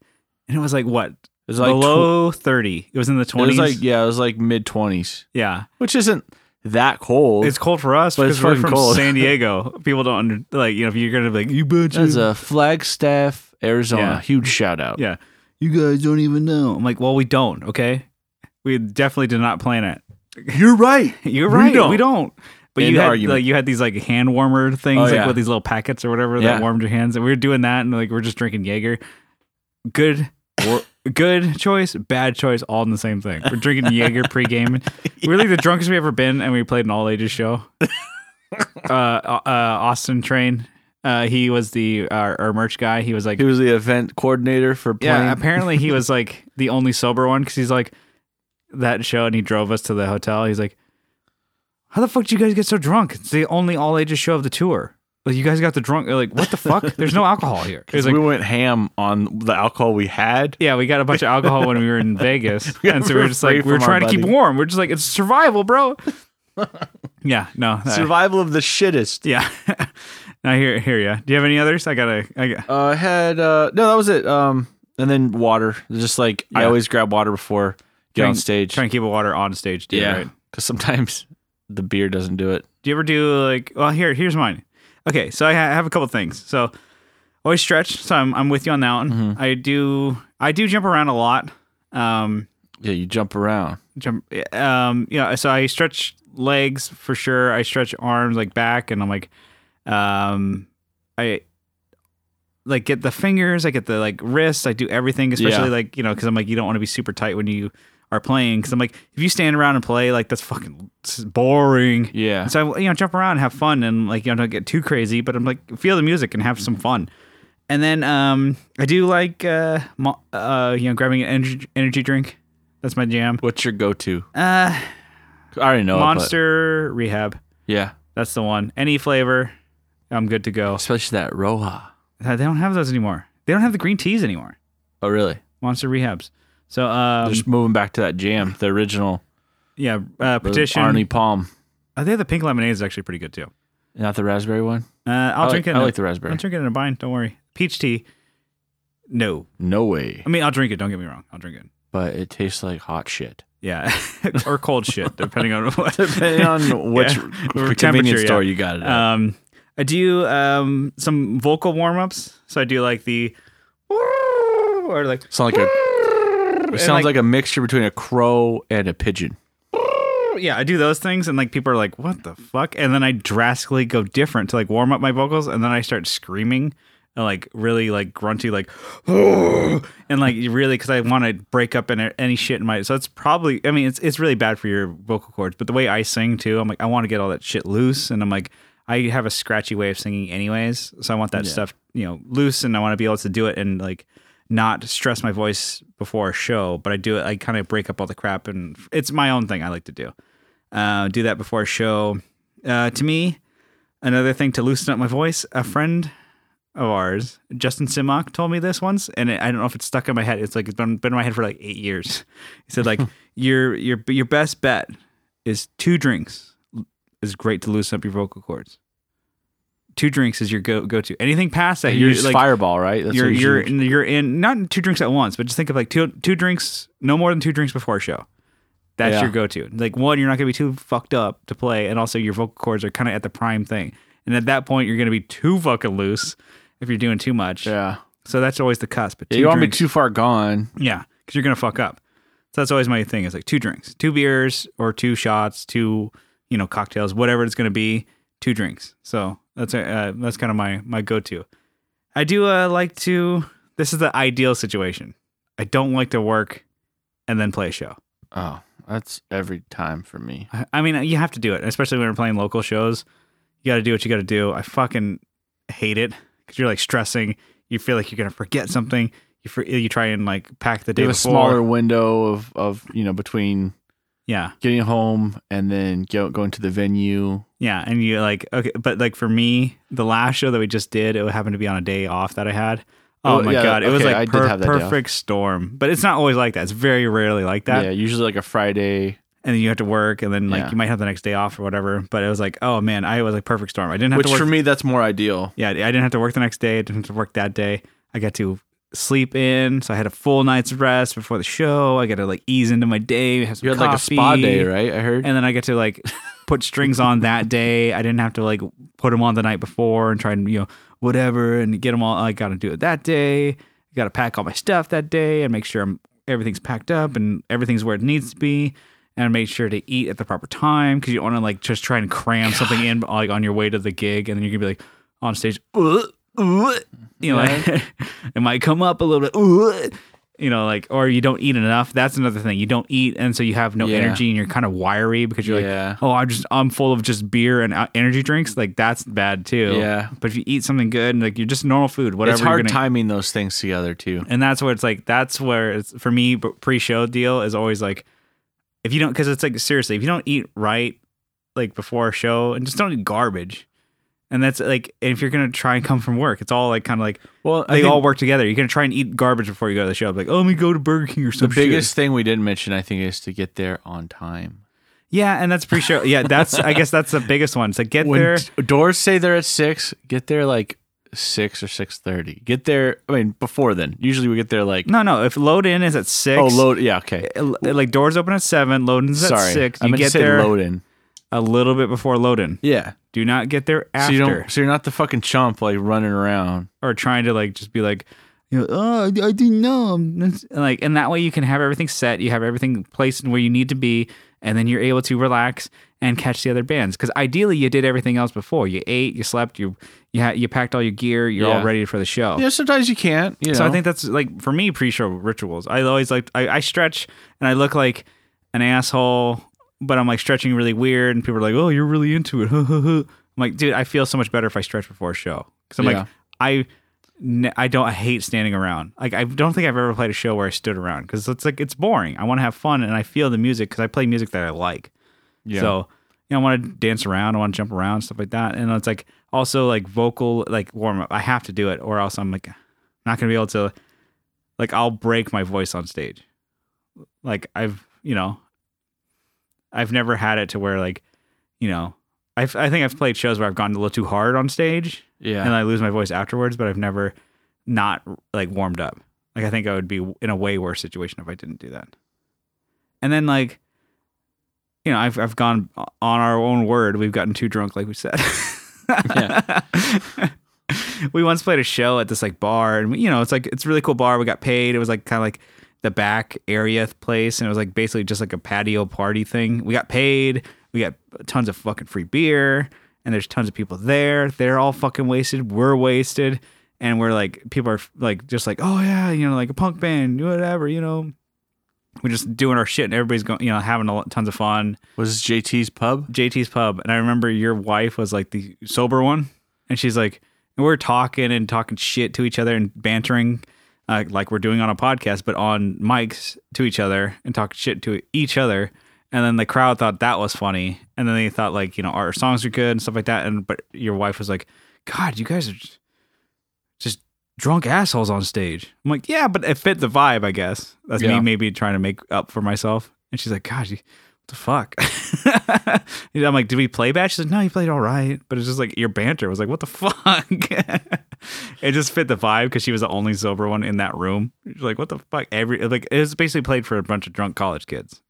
S1: and it was like what
S2: it's like tw-
S1: below thirty. It was in the
S2: it was
S1: twenties.
S2: like yeah, it was like mid twenties,
S1: yeah,
S2: which isn't that cold.
S1: it's cold for us
S2: But it's
S1: because we're
S2: fucking
S1: from
S2: cold.
S1: San Diego. People don't under, like you know if you're gonna be like you bitch.
S2: That's a Flagstaff, Arizona.
S1: Yeah.
S2: Huge shout out.
S1: yeah, you guys don't even know. I'm like, well, we don't. Okay, we definitely did not plan it.
S2: You're right.
S1: You're
S2: We
S1: right. We don't.
S2: don't.
S1: But
S2: End
S1: you had
S2: argument.
S1: like you had these like hand warmer things
S2: Oh,
S1: like
S2: yeah.
S1: with these little packets or whatever
S2: Yeah.
S1: that warmed your hands, and we were doing that, and like we're just drinking Jaeger. Good, good choice, bad choice, all in the same thing. We're drinking Jaeger pregame. We were like the drunkest we ever been, and we played an all ages show. uh, uh, Austin Train. Uh, he was the our, our merch guy. He was like
S2: He was the event coordinator for playing.
S1: yeah, apparently he was like the only sober one because he's like that show, and he drove us to the hotel. He's like, "How the fuck did you guys get so drunk? It's the only all ages show of the tour. Like you guys got the drunk. Like what the fuck? There's no alcohol here." He's like,
S2: we went ham on the alcohol we had.
S1: "Yeah, we got a bunch of alcohol when we were in Vegas, and so we were just
S2: Free
S1: like we were
S2: from our
S1: trying to keep
S2: buddy.
S1: warm. We're just like it's survival, bro." yeah, no, I-
S2: Survival of the shittest.
S1: yeah. now here, here, yeah. Do you have any others? I gotta, I got.
S2: Uh, I had uh, no, that was it. Um, and then water. Just like I
S1: Yeah.
S2: always grab water before get
S1: Trying-
S2: on stage.
S1: Trying to keep water on stage, dude.
S2: yeah,
S1: Right?
S2: because sometimes the beer doesn't do it.
S1: Do you ever do like? Well, here, here's mine. Okay, so I ha- have a couple things. So always stretch. So I'm, I'm with you on that one.
S2: Mm-hmm.
S1: I do I do jump around a lot. Um,
S2: Yeah, you jump around.
S1: jump. Um, you know, so I stretch legs for sure. I stretch arms like back, and I'm like, um, I like get the fingers. I get the like wrists. I do everything, especially
S2: Yeah.
S1: like you know, because I'm like you don't want to be super tight when you are playing. Because I'm like, if you stand around and play, like that's fucking boring.
S2: Yeah,
S1: And so I, you know, jump around, and have fun, and like you know, don't get too crazy. But I'm like, feel the music and have some fun. And then um, I do like uh, mo- uh, you know, grabbing an energy energy drink. That's my jam.
S2: what's your go-to?
S1: Uh,
S2: I already know. it, but-
S1: Monster Rehab.
S2: yeah,
S1: That's the one. Any flavor, I'm good to go.
S2: especially that Roja.
S1: Uh, They don't have those anymore. They don't have the green teas anymore.
S2: Oh, really?
S1: Monster Rehabs. So um,
S2: They're just moving back to that jam, the original
S1: yeah, uh,
S2: the
S1: petition.
S2: Arnie Palm,
S1: I think the pink lemonade is actually pretty good too.
S2: not the raspberry one.
S1: Uh, I'll
S2: I
S1: drink
S2: like,
S1: it.
S2: I
S1: in
S2: like
S1: a,
S2: the raspberry.
S1: I'll drink it in a bind. Don't worry. Peach tea. No,
S2: no way,
S1: I mean, I'll drink it. Don't get me wrong. I'll drink it.
S2: but it tastes like hot shit.
S1: Yeah, or cold shit, depending on what.
S2: Depending on which
S1: Yeah. Temperature,
S2: convenience
S1: yeah.
S2: store you got it at.
S1: Um, I do um some vocal warm ups. So I do like the or like
S2: Sound like a it
S1: and,
S2: sounds like, a mixture between a crow and a pigeon.
S1: yeah, I do those things, and like people are like, "What the fuck?" And then I drastically go different to like warm up my vocals, and then I start screaming and like really like grunty, like and like you really because I want to break up in any shit in my. So it's probably, I mean, it's it's really bad for your vocal cords. But the way I sing too, I'm like, I want to get all that shit loose, and I'm like, I have a scratchy way of singing anyways, so I want that stuff you know loose, and I want to be able to do it and like not stress my voice before a show, but I do it. I kind of break up all the crap, and it's my own thing I like to do. Uh, do that before a show. Uh, to me, another thing to loosen up my voice. A friend of ours, Justin Simak, told me this once, and I don't know if it's stuck in my head. It's like it's been been in my head for like eight years. He said like your your your best bet is two drinks is great to loosen up your vocal cords. Two drinks is your go go to. Anything past that,
S2: You're
S1: you're
S2: just
S1: like
S2: fireball, right? That's
S1: you're
S2: what you
S1: you're
S2: should-
S1: in, you're in not two drinks at once, but just think of like two two drinks, no more than two drinks before a show. That's
S2: Yeah.
S1: your go-to. Like one, you're not gonna be too fucked up to play, and also your vocal cords are kind of at the prime thing. And at that point, you're gonna be too fucking loose if you're doing too much.
S2: yeah.
S1: So that's always the cusp. But
S2: Yeah,
S1: two
S2: you don't want to be
S1: drinks,
S2: too far gone.
S1: yeah, because you're gonna fuck up. So that's always my thing. Is like two drinks, two beers, or two shots, two you know cocktails, whatever it's gonna be. Two drinks. So that's uh, that's kind of my my go-to. I do uh, like to. This is the ideal situation. I don't like to work and then play a show.
S2: Oh, that's every time for me.
S1: I- I mean, you have to do it, especially when you're playing local shows. You got to do what you got to do. I fucking hate it because you're like stressing. You feel like you're gonna forget something. You for, you try and like pack the day
S2: You have a
S1: before.
S2: smaller window of, of you know between
S1: Yeah.
S2: getting home and then go, going to the venue.
S1: Yeah. And you like, okay. But like for me, the last show that we just did, it happened to be on a day off that I had. Oh
S2: Oh,
S1: my
S2: yeah,
S1: God. It was
S2: okay,
S1: like
S2: I did
S1: per-
S2: have that day off.
S1: perfect storm. But it's not always like that. It's very rarely like that.
S2: yeah, usually like a Friday,
S1: And then you have to work and then like
S2: Yeah.
S1: you might have the next day off or whatever. But it was like, oh man, I was like perfect storm. I didn't have
S2: which
S1: to work.
S2: for me that's more ideal.
S1: yeah. I didn't have to work the next day. I didn't have to work that day. I got to sleep in. So I had a full night's rest before the show. I got to like ease into my day. Have some
S2: You had like a spa
S1: coffee.
S2: day, right? I heard.
S1: and then I get to like put strings on that day. I didn't have to like put them on the night before and try and you know whatever and get them all. I got to do it that day. I got to pack all my stuff that day and make sure I'm everything's packed up and everything's where it needs to be. And make sure to eat at the proper time because you don't want to like just try and cram something in like on your way to the gig, and then you're gonna be like on stage, "Ugh, ugh," you know, like, it might come up a little bit, "Ugh," you know, like or you don't eat enough. That's another thing. You don't eat, and so you have no
S2: Yeah.
S1: energy and you're kind of wiry because you're
S2: Yeah.
S1: like, oh, I'm just I'm full of just beer and uh, energy drinks. Like that's bad too.
S2: Yeah.
S1: But if you eat something good and like you're just normal food, whatever.
S2: it's hard
S1: you're gonna,
S2: timing those things together too.
S1: And that's where it's like that's where it's for me b- pre-show deal is always like if you don't because it's like seriously if you don't eat right like before a show and just don't eat garbage. And that's like if you're gonna try and come from work, it's all like kind of like
S2: Well,
S1: they all work together. You're gonna try and eat garbage before you go to the show. Like, oh, let me go to Burger King or
S2: the
S1: something.
S2: biggest thing we didn't mention, I think, is to get there on time.
S1: Yeah, and that's pretty sure. Yeah, that's I guess that's the biggest one. So get
S2: When
S1: there.
S2: t- doors say they're at six, get there like six or six thirty. Get there. I mean, before then. Usually we get there like
S1: No, no. If load in is at six,
S2: oh load. Yeah, okay.
S1: uh, like doors open at seven, load in's at
S2: Sorry,
S1: six.
S2: I
S1: You
S2: meant
S1: get
S2: to say
S1: there
S2: load in.
S1: a little bit before load in.
S2: Yeah.
S1: Do not get there
S2: So
S1: after
S2: you don't. So you're not the fucking chump like running around.
S1: or trying to like just be like, you know, oh, I I didn't know. And like, and that way you can have everything set. You have everything placed in where you need to be, and then you're able to relax and catch the other bands. Because ideally, you did everything else before. You ate, you slept, you you ha- you packed all your gear. You're all
S2: Yeah.
S1: ready for the show.
S2: Yeah. Sometimes you can't. You know.
S1: So I think that's like for me pre-show rituals. I always like I, I stretch and I look like an asshole, but I'm like stretching really weird, and people are like, "Oh, you're really into it." I'm like, dude, I feel so much better if I stretch before a show because I'm
S2: Yeah.
S1: like, I n- I don't I hate standing around. Like I don't think I've ever played a show where I stood around because it's like it's boring. I want to have fun and I feel the music because I play music that I like.
S2: Yeah.
S1: So you know, I want to dance around, I want to jump around, stuff like that. And it's like also like vocal like warm up. I have to do it, or else I'm like not gonna be able to like I'll break my voice on stage. Like I've you know I've never had it to where like you know I've, I think I've played shows where I've gone a little too hard on stage
S2: Yeah.
S1: and I lose my voice afterwards, but I've never not like warmed up. Like I think I would be in a way worse situation if I didn't do that. And then like, you know, I've I've gone on our own word. We've gotten too drunk, like we said.
S2: Yeah.
S1: we once played a show at this like bar, and we, you know, it's like it's a really cool bar. We got paid. It was like kind of like the back area place, and it was like basically just like a patio party thing. We got paid. We got tons of fucking free beer, and there's tons of people there. They're all fucking wasted. We're wasted, and we're like people are like just like oh yeah, you know, like a punk band, whatever, you know. We're just doing our shit, and everybody's going, you know, having a lot, tons of fun.
S2: Was this JT's pub?
S1: JT's pub, and I remember your wife was like the sober one, and she's like, and we're talking and talking shit to each other and bantering, uh, like we're doing on a podcast, but on mics to each other and talking shit to each other. And then the crowd thought that was funny, and then they thought like you know our songs are good and stuff like that. And but your wife was like, God, you guys are just- just drunk assholes on stage. I'm like, yeah, but it fit the vibe, I guess. That's me
S2: Yeah.
S1: maybe trying to make up for myself. And she's like, God, you, what the fuck? You know, I'm like, did we play bad? She's like, no, you played all right. But it's just like your banter was like, what the fuck? it just fit the vibe because she was the only sober one in that room. She's like, what the fuck? Every like it was basically played for a bunch of drunk college kids.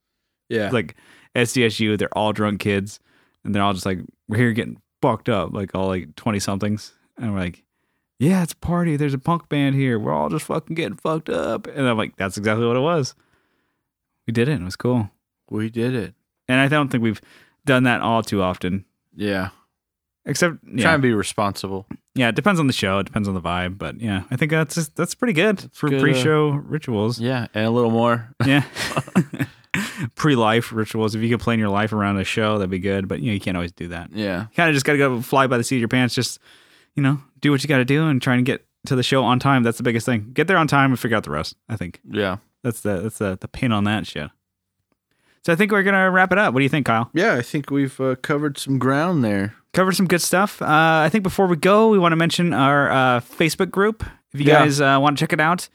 S2: Yeah.
S1: It's like SDSU, they're all drunk kids, and they're all just like, we're here getting fucked up, like all like twenty somethings, and we're like, yeah, it's a party. There's a punk band here. We're all just fucking getting fucked up, and I'm like, that's exactly what it was. We did it. and It was cool,
S2: we did it.
S1: and I don't think we've done that all too often,
S2: Yeah.
S1: except
S2: Trying
S1: yeah,
S2: to be responsible.
S1: yeah. It depends on the show. It depends on the vibe, but yeah, I think that's just, that's pretty good for
S2: good, uh,
S1: pre-show rituals.
S2: Yeah, and a little more.
S1: Yeah. Pre-life rituals. If you could plan your life around a show, that'd be good. But you know, you can't always do that.
S2: Yeah.
S1: kind of just got to go fly by the seat of your pants. Just, you know, do what you got to do and try and get to the show on time. That's the biggest thing. Get there on time and figure out the rest. I think
S2: Yeah.
S1: that's the that's the the pin on that shit. So I think we're gonna wrap it up. What do you think, Kyle?
S2: Yeah, I think we've uh, covered some ground there.
S1: Covered some good stuff. Uh, I think before we go, we want to mention our uh, Facebook group. If you
S2: Yeah.
S1: guys uh, want to check it out,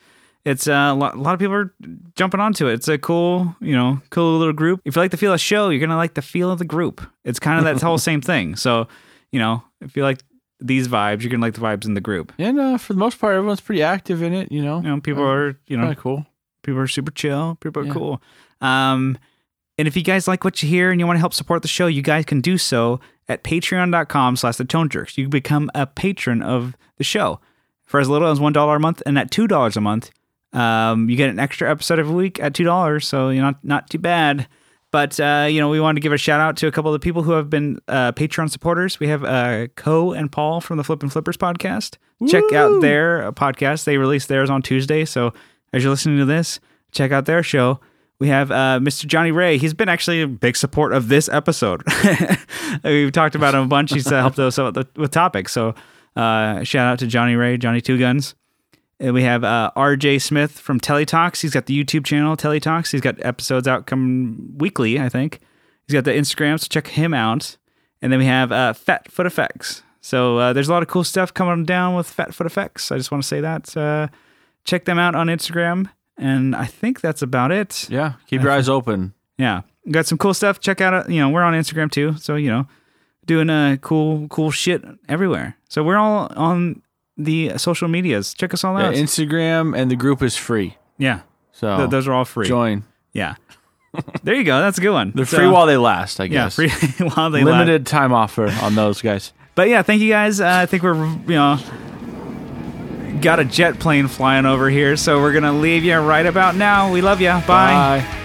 S1: it's uh, a lot, a lot of people are jumping onto it. It's a cool, you know, cool little group. If you like the feel of the show, you're gonna like the feel of the group. It's kind of that whole same thing. So, you know, if you like these vibes, you're gonna like the vibes in the group.
S2: And uh, for the most part, everyone's pretty active in it. You know,
S1: You know, people are, you know,
S2: Kinda cool.
S1: people are super chill people are
S2: Yeah.
S1: cool um and if you guys like what you hear and you want to help support the show you guys can do so at patreon.com slash the tone jerks you can become a patron of the show for as little as one dollar a month and at two dollars a month um you get an extra episode every week at two dollars so you're not not too bad but uh, you know, we want to give a shout out to a couple of the people who have been uh, Patreon supporters. We have uh, Co and Paul from the Flip and Flippers podcast. Check out their uh, podcast; they release theirs on Tuesday. So as you're listening to this, check out their show. We have uh, Mr. Johnny Ray. He's been actually a big support of this episode. We've talked about him a bunch. He's uh, helped us out with- with topics. So uh, shout out to Johnny Ray, Johnny Two Guns. And we have uh, RJ Smith from Teletalks. He's got the YouTube channel Teletalks. He's got episodes out coming weekly, I think. He's got the Instagram, so check him out. And then we have uh, Fat Foot Effects. So uh, there's a lot of cool stuff coming down with Fat Foot Effects. I just want to say that. Uh, check them out on Instagram. And I think that's about it.
S2: Yeah, keep your eyes open.
S1: Yeah. Got some cool stuff. Check out, uh, you know, we're on Instagram too. So, you know, doing uh, cool, cool shit everywhere. So we're all on the social medias. Check us all
S2: Yeah,
S1: out.
S2: Instagram and the group is free,
S1: yeah.
S2: so
S1: Th- those are all free.
S2: Oh. join.
S1: Yeah. there you go. That's a good one.
S2: They're
S1: So-
S2: free while they last, I
S1: Yeah,
S2: guess.
S1: free while they last.
S2: Limited time offer on those guys.
S1: But yeah, thank you guys. Uh, I think we're you know got a jet plane flying over here, so we're gonna leave you right about now. We love you. Bye.
S2: Bye.